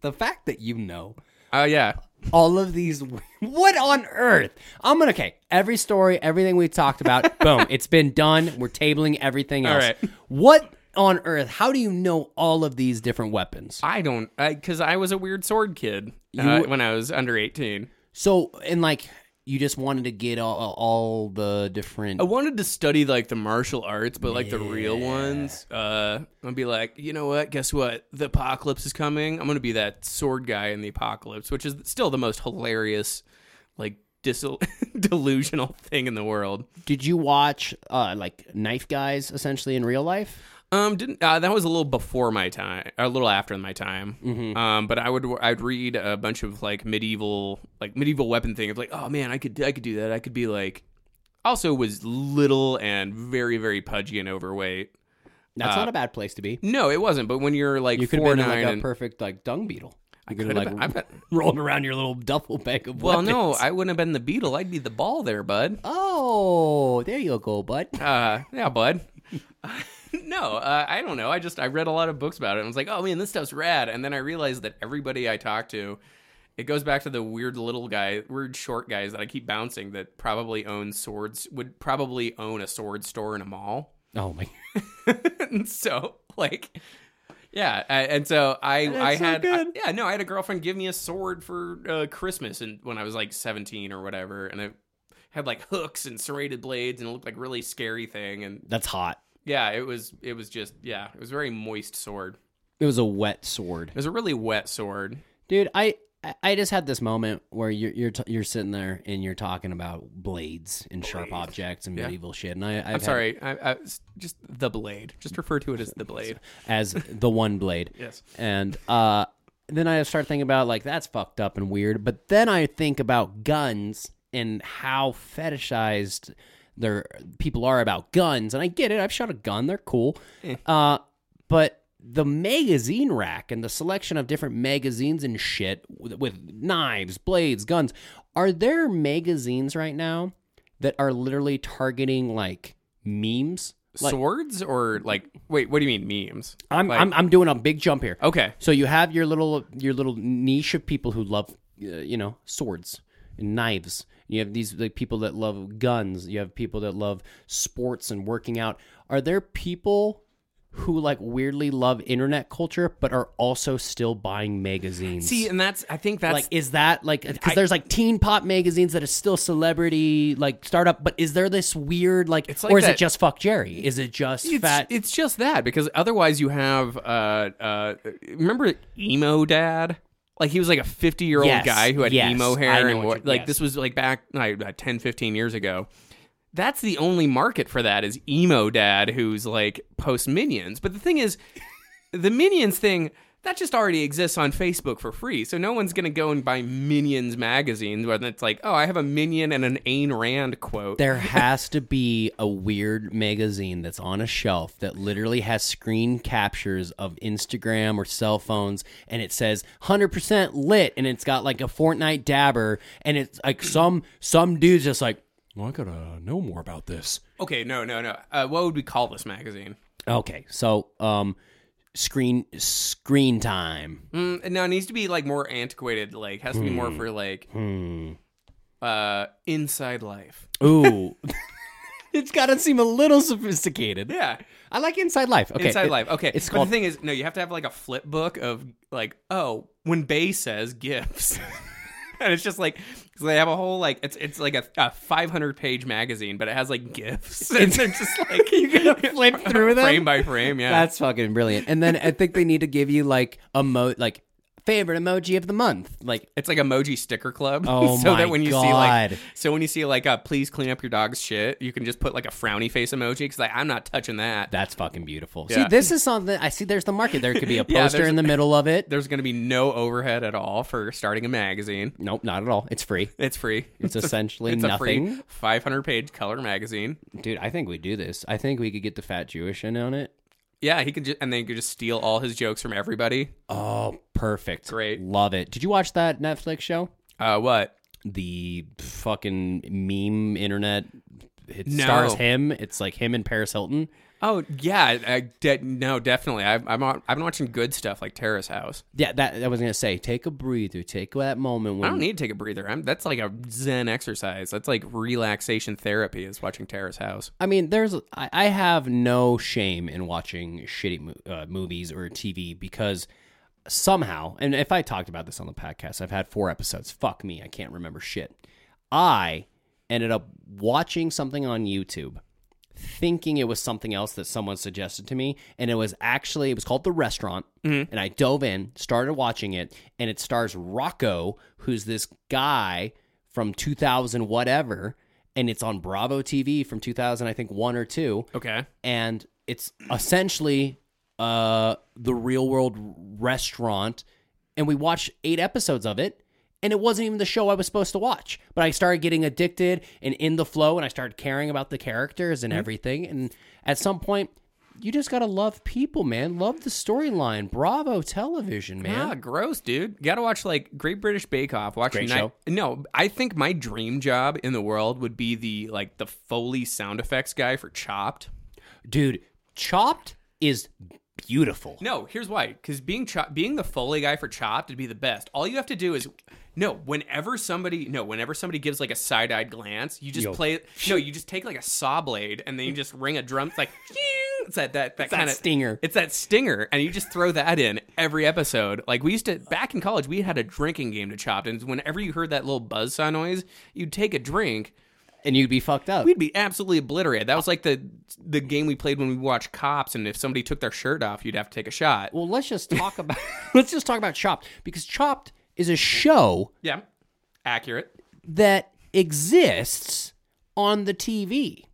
B: the fact that you know
A: Oh yeah.
B: all of these what on earth i'm gonna okay every story everything we talked about boom it's been done we're tabling everything else
A: right.
B: what on earth how do you know all of these different weapons
A: I don't, because I, was a weird sword kid uh,
B: You-
A: when I was under 18.
B: so and like you just wanted to get all, all the different
A: I wanted to study like the martial arts, but like the real ones. Uh, I'd be like, you know what? Guess what? The apocalypse is coming. I'm gonna be that sword guy in the apocalypse, which is still the most hilarious, like disel delusional thing in the world.
B: did you watch uh like knife guys essentially in real life
A: Um, didn't uh, that was a little before my time, a little after my time. Um, but I would I'd read a bunch of like medieval like medieval weapon thing. It's like, oh man, I could I could do that. I could be like. Also, was little and very very pudgy and overweight.
B: that's not a bad place to be
A: No, it wasn't. But when you're like
B: you could have
A: four
B: been
A: nine,
B: like a
A: and,
B: perfect like dung beetle you could have
A: could've
B: like
A: been- I bet-
B: rolled around your little duffel bag of
A: well,
B: weapons.
A: no, I wouldn't have been the beetle. I'd be the ball there, bud.
B: oh there you go bud
A: Uh, yeah, bud. no, uh, I don't know. I just I read a lot of books about it. and I was like, oh man, this stuff's rad. And then I realized that everybody I talk to, it goes back to the weird little guy, weird short guys that I keep bouncing that probably own swords would probably own a sword store in a mall.
B: oh my
A: and so like yeah I, and so i i
B: so
A: had
B: good.
A: yeah no i had a girlfriend give me a sword for uh, christmas and when i was like 17 or whatever and it had like hooks and serrated blades and it looked like really scary thing and
B: That's hot.
A: yeah it was it was just yeah it was a very moist sword
B: It was a wet sword,
A: it was a really wet sword
B: dude. I I- I just had this moment where you're you're, t- you're sitting there and you're talking about blades and sharp objects and medieval shit, and I I've
A: i'm sorry I, I, just the blade just refer to it as the blade
B: as the one blade.
A: yes
B: and uh, then I start thinking about like that's fucked up and weird. But then I think about guns and how fetishized their people are about guns, and I get it. I've shot a gun; they're cool. Uh, but the magazine rack and the selection of different magazines and shit with, with knives, blades, guns. Are there magazines right now that are literally targeting like memes? Like, Uh,
A: Swords or like wait, what do you mean memes?
B: I'm, I'm I'm doing a big jump here.
A: Okay.
B: So you have your little your little niche of people who love uh, you know swords and knives. You have these like people that love guns. You have people that love sports and working out. Are there people who like weirdly love internet culture but are also still buying magazines?
A: See, and that's I think that's
B: like is that like because there's like teen pop magazines that is still celebrity like startup but is there this weird like,
A: like
B: or is
A: that-
B: it just fuck jerry is it just
A: it's,
B: fat
A: it's just that because otherwise you have uh uh remember emo dad like he was like a 50 year old
B: Yes,
A: guy who had
B: yes,
A: emo
B: I
A: hair
B: know
A: and
B: what
A: what,
B: you-
A: like
B: yes.
A: this was like back like, about 10 15 years ago that's the only market for that is emo dad who's like post minions but the thing is the minions thing that just already exists on Facebook for free, so no one's gonna go and buy Minions magazines. Where it's like, oh, I have a Minion and an Ayn Rand quote.
B: There has to be a weird magazine that's on a shelf that literally has screen captures of Instagram or cell phones, and it says "100% lit," and it's got like a Fortnite dabber, and it's like some some dude's just like, "Well, I gotta know more about this."
A: Okay, no, no, no. Uh, what would we call this magazine?
B: Okay, so um, screen screen time.
A: Mm, no, it needs to be like more antiquated. Like has to be
B: Hmm.
A: more for like uh inside life.
B: Ooh, it's gotta seem a little sophisticated.
A: Yeah,
B: I like Inside Life. Okay,
A: inside
B: it-
A: life. Okay,
B: it's
A: but
B: called-
A: the thing is, no, you have to have like a flip book of like, oh, when Bay says gifts. And it's just like 'cause they have a whole like it's it's like a, a 500 page magazine, but it has like gifts, and they're just like you gotta
B: flip through them?
A: frame by frame. Yeah,
B: That's fucking brilliant. And then I think they need to give you like emo like favorite emoji of the month. Like
A: It's like emoji sticker club.
B: Oh
A: so
B: my
A: that when you see like
B: God.
A: so when you see like a please clean up your dog's shit, you can just put like a frowny face emoji because like I'm not touching that.
B: that's fucking beautiful.
A: Yeah.
B: See, this is something I see there's the market. There could be a
A: Yeah,
B: poster
A: there's-
B: in the middle of it.
A: There's gonna be no overhead at all for starting a magazine.
B: Nope, not at all. It's free.
A: It's free.
B: It's essentially
A: It's a
B: nothing.
A: free 500 page color magazine.
B: Dude, I think we do this. I think we could get the fat Jewish in on it.
A: Yeah, he could just and then you could just steal all his jokes from everybody.
B: Oh, perfect.
A: Great.
B: Love it. Did you watch that Netflix show?
A: Uh, what?
B: The fucking meme internet it
A: No.
B: stars him. It's like him and Paris Hilton.
A: Oh yeah, I de- no, definitely. I've I'm on, I've been watching good stuff like Terrace House.
B: Yeah, that I was gonna say, take a breather, take that moment
A: I
B: when
A: don't need to take a breather. I'm that's like a zen exercise. That's like relaxation therapy is watching Terrace House.
B: I mean, there's I, I have no shame in watching shitty mo- uh, movies or TV because somehow, and if I talked about this on the podcast, I've had four episodes. Fuck me, I can't remember shit. I ended up watching something on YouTube, thinking it was something else that someone suggested to me, and it was actually it was called The Restaurant, and I dove in, started watching it, and it stars Rocco, who's this guy from 2000 whatever. And it's on Bravo TV from 2000, I think one or two
A: Okay.
B: and it's essentially uh the real world restaurant and we watched eight episodes of it and it wasn't even the show i was supposed to watch but i started getting addicted and in the flow and i started caring about the characters and everything and at some point you just gotta love people man love the storyline bravo television man
A: Ah, gross, dude. You gotta watch like Great British Bake Off. Watch
B: Great
A: Uni-
B: show.
A: No, I think my dream job in the world would be the like the Foley sound effects guy for Chopped.
B: dude chopped is beautiful
A: No, here's why. Because being chop, being the Foley guy for Chopped would be the best. All you have to do is, no, whenever somebody, no, whenever somebody gives like a side eyed glance, you just play. No, you just take like a saw blade and then you just ring a drum. It's like, "Ting." it's that that that
B: that
A: kind of
B: stinger.
A: It's that stinger, and you just throw that in every episode. Like we used to back in college, we had a drinking game to Chopped, and whenever you heard that little buzz saw noise, you'd take a drink.
B: and you'd be fucked up
A: We'd be absolutely obliterated. That was like the the game we played when we watched Cops, and if somebody took their shirt off, you'd have to take a shot.
B: well let's just talk about let's just talk about chopped because chopped is a show
A: Yeah, accurate.
B: that exists on the TV.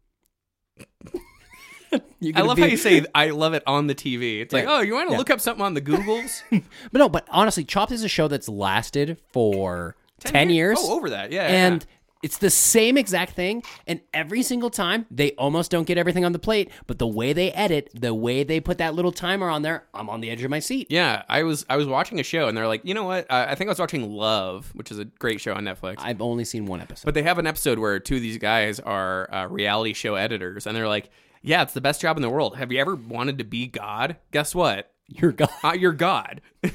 B: You're
A: I
B: gonna
A: love
B: be-
A: how you say I love it on the TV. It's like,
B: Yeah.
A: oh, you want to look up something on the Googles?
B: but no, but honestly, Chopped is a show that's lasted for ten, years,
A: Oh, over that, yeah. yeah,
B: and It's the same exact thing, and every single time they almost don't get everything on the plate. But the way they edit, the way they put that little timer on there, I'm on the edge of my seat.
A: Yeah, I was I was watching a show and they're like, you know what? Uh, I think I was watching Love, which is a great show on Netflix.
B: I've only seen one episode.
A: But they have an episode where two of these guys are uh, reality show editors, and they're like, "Yeah, it's the best job in the world. Have you ever wanted to be God? Guess what?
B: You're gone.
A: Uh, you're God." and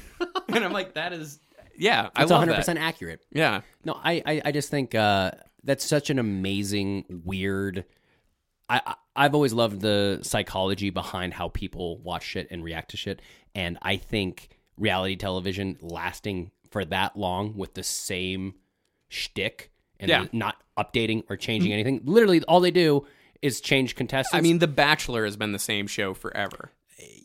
A: I'm like, "That is, yeah, I
B: It's
A: love
B: 100
A: that.
B: percent accurate.
A: Yeah,
B: No, I, I, I just think uh, that's such an amazing, weird. I, I I've always loved the psychology behind how people watch shit and react to shit, and I think reality television lasting for that long with the same shtick and
A: Yeah. Mm-hmm.
B: not updating or changing anything. Literally, all they do is change contestants.
A: I mean, The Bachelor has been the same show forever,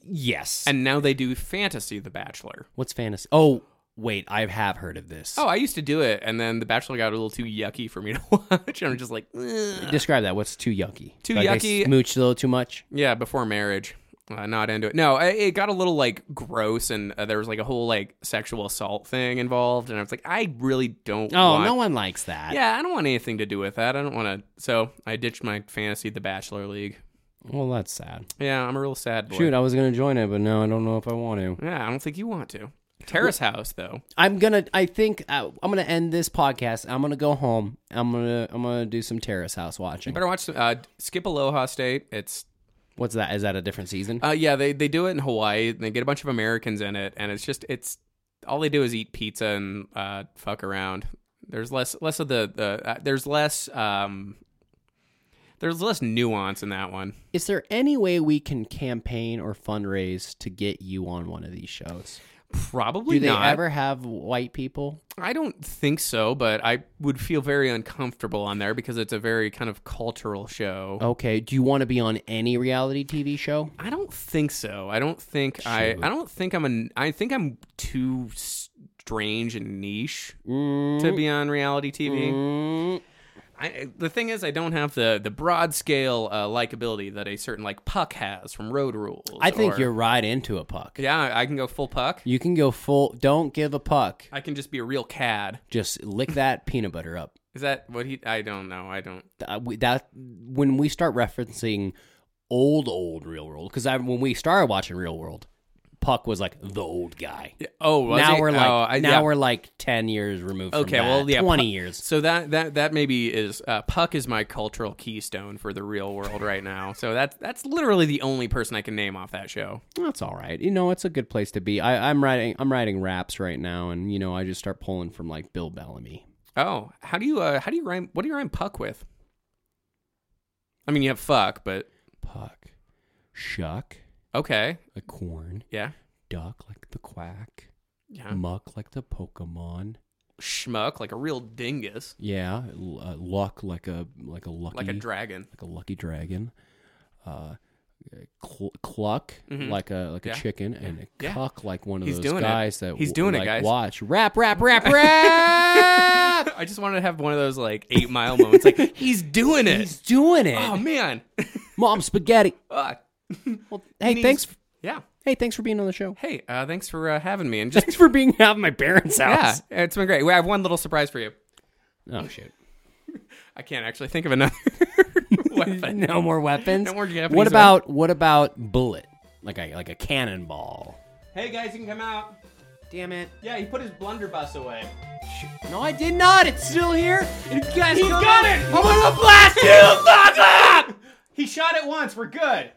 B: yes. And
A: and now they do Fantasy The Bachelor.
B: what's fantasy? Oh, wait, I have heard of this.
A: Oh, I used to do it, and then The Bachelor got a little too yucky for me to watch. and I'm just like, "Ugh."
B: Describe that. What's too yucky?
A: Too
B: like I
A: yucky-
B: smooched a little too much.
A: Yeah, before marriage. Uh, not into it. No, I, it got a little like gross, and uh, there was like a whole like sexual assault thing involved, and I was like, I really don't.
B: Oh,
A: want-
B: no one likes that.
A: Yeah, I don't want anything to do with that. I don't want to. So I ditched my fantasy The Bachelor League.
B: Well, that's sad.
A: Yeah, I'm a real sad boy.
B: Shoot, I was gonna join it, but now I don't know if I want to.
A: Yeah, I don't think you want to. Terrace House though.
B: I'm gonna. I think uh, I'm gonna end this podcast. I'm gonna go home. I'm gonna. I'm gonna do some Terrace House watching.
A: Better watch some, uh, Skip Aloha State. It's
B: What's that? Is that a different season?
A: uh, yeah, they they do it in Hawaii. And they get a bunch of Americans in it, and it's just it's all they do is eat pizza and uh, fuck around. There's less less of the the uh, there's less um there's less nuance in that one.
B: Is there any way we can campaign or fundraise to get you on one of these shows?
A: Probably
B: Do they
A: not.
B: ever have white people?
A: I don't think so, but I would feel very uncomfortable on there because it's a very kind of cultural show.
B: Okay. Do you want to be on any reality TV show?
A: I don't think so. I don't think I. I don't think I'm an. I think I'm too strange and niche to be on reality TV.
B: Mm,
A: I, the thing is, I don't have the the broad scale uh, likability that a certain like Puck has from Road Rules.
B: I think
A: or-
B: you're right into a puck.
A: Yeah, I can go full Puck.
B: You can go full. Don't give a puck.
A: I can just be a real cad.
B: Just lick that peanut butter up.
A: Is that what he? I don't know. I don't.
B: uh, we, that when we start referencing old old real world because when we started watching real world puck was like the old guy
A: Oh, was
B: now
A: he?
B: we're like
A: Oh, I-
B: now
A: yeah.
B: we're like 10 years removed
A: Okay,
B: from that,
A: well, yeah,
B: 20
A: Puck-
B: years
A: So that that that maybe is uh, Puck is my cultural keystone for the real world right now. So that's that's literally the only person I can name off that show.
B: that's all right you know it's a good place to be I, i'm writing i'm writing raps right now and you know i just start pulling from like bill bellamy
A: Oh, how do you uh, how do you rhyme? What do you rhyme Puck with? I mean, you have fuck, but
B: puck shuck
A: okay,
B: a corn
A: yeah,
B: duck like the quack
A: yeah,
B: muck like the pokemon
A: schmuck like a real dingus,
B: yeah l- uh, luck like a like a lucky
A: like a dragon.
B: like a lucky dragon, uh, cl- cluck like a like
A: Yeah.
B: a chicken, and a
A: Yeah.
B: cuck like one of
A: He's
B: those
A: doing it.
B: guys that
A: He's
B: w-
A: doing it,
B: like,
A: guys.
B: Watch rap, rap, rap, rap.
A: I just wanted to have one of those like eight mile moments. Like he's doing it.
B: He's doing it.
A: oh man.
B: Mom, spaghetti.
A: Fuck.
B: Hey,
A: needs-
B: thanks.
A: yeah.
B: Hey, thanks for being on the show.
A: Hey, uh, thanks for uh, having me. And just
B: Thanks for being out of my parents'
A: yeah,
B: house.
A: it's been great. We have one little surprise for you.
B: Oh shit.
A: I can't actually think of another weapon.
B: No more weapons.
A: No more Japanese
B: what about what about bullet? Like a like a cannonball.
A: Hey guys, you can come out.
B: Damn it.
A: Yeah, he put his blunderbuss away.
B: No, I did not. It's still here. And if you guys
A: He's
B: come
A: got
B: out-
A: it! Ah!
B: I'm gonna blast you. Fuck off!
A: He shot it once. We're good.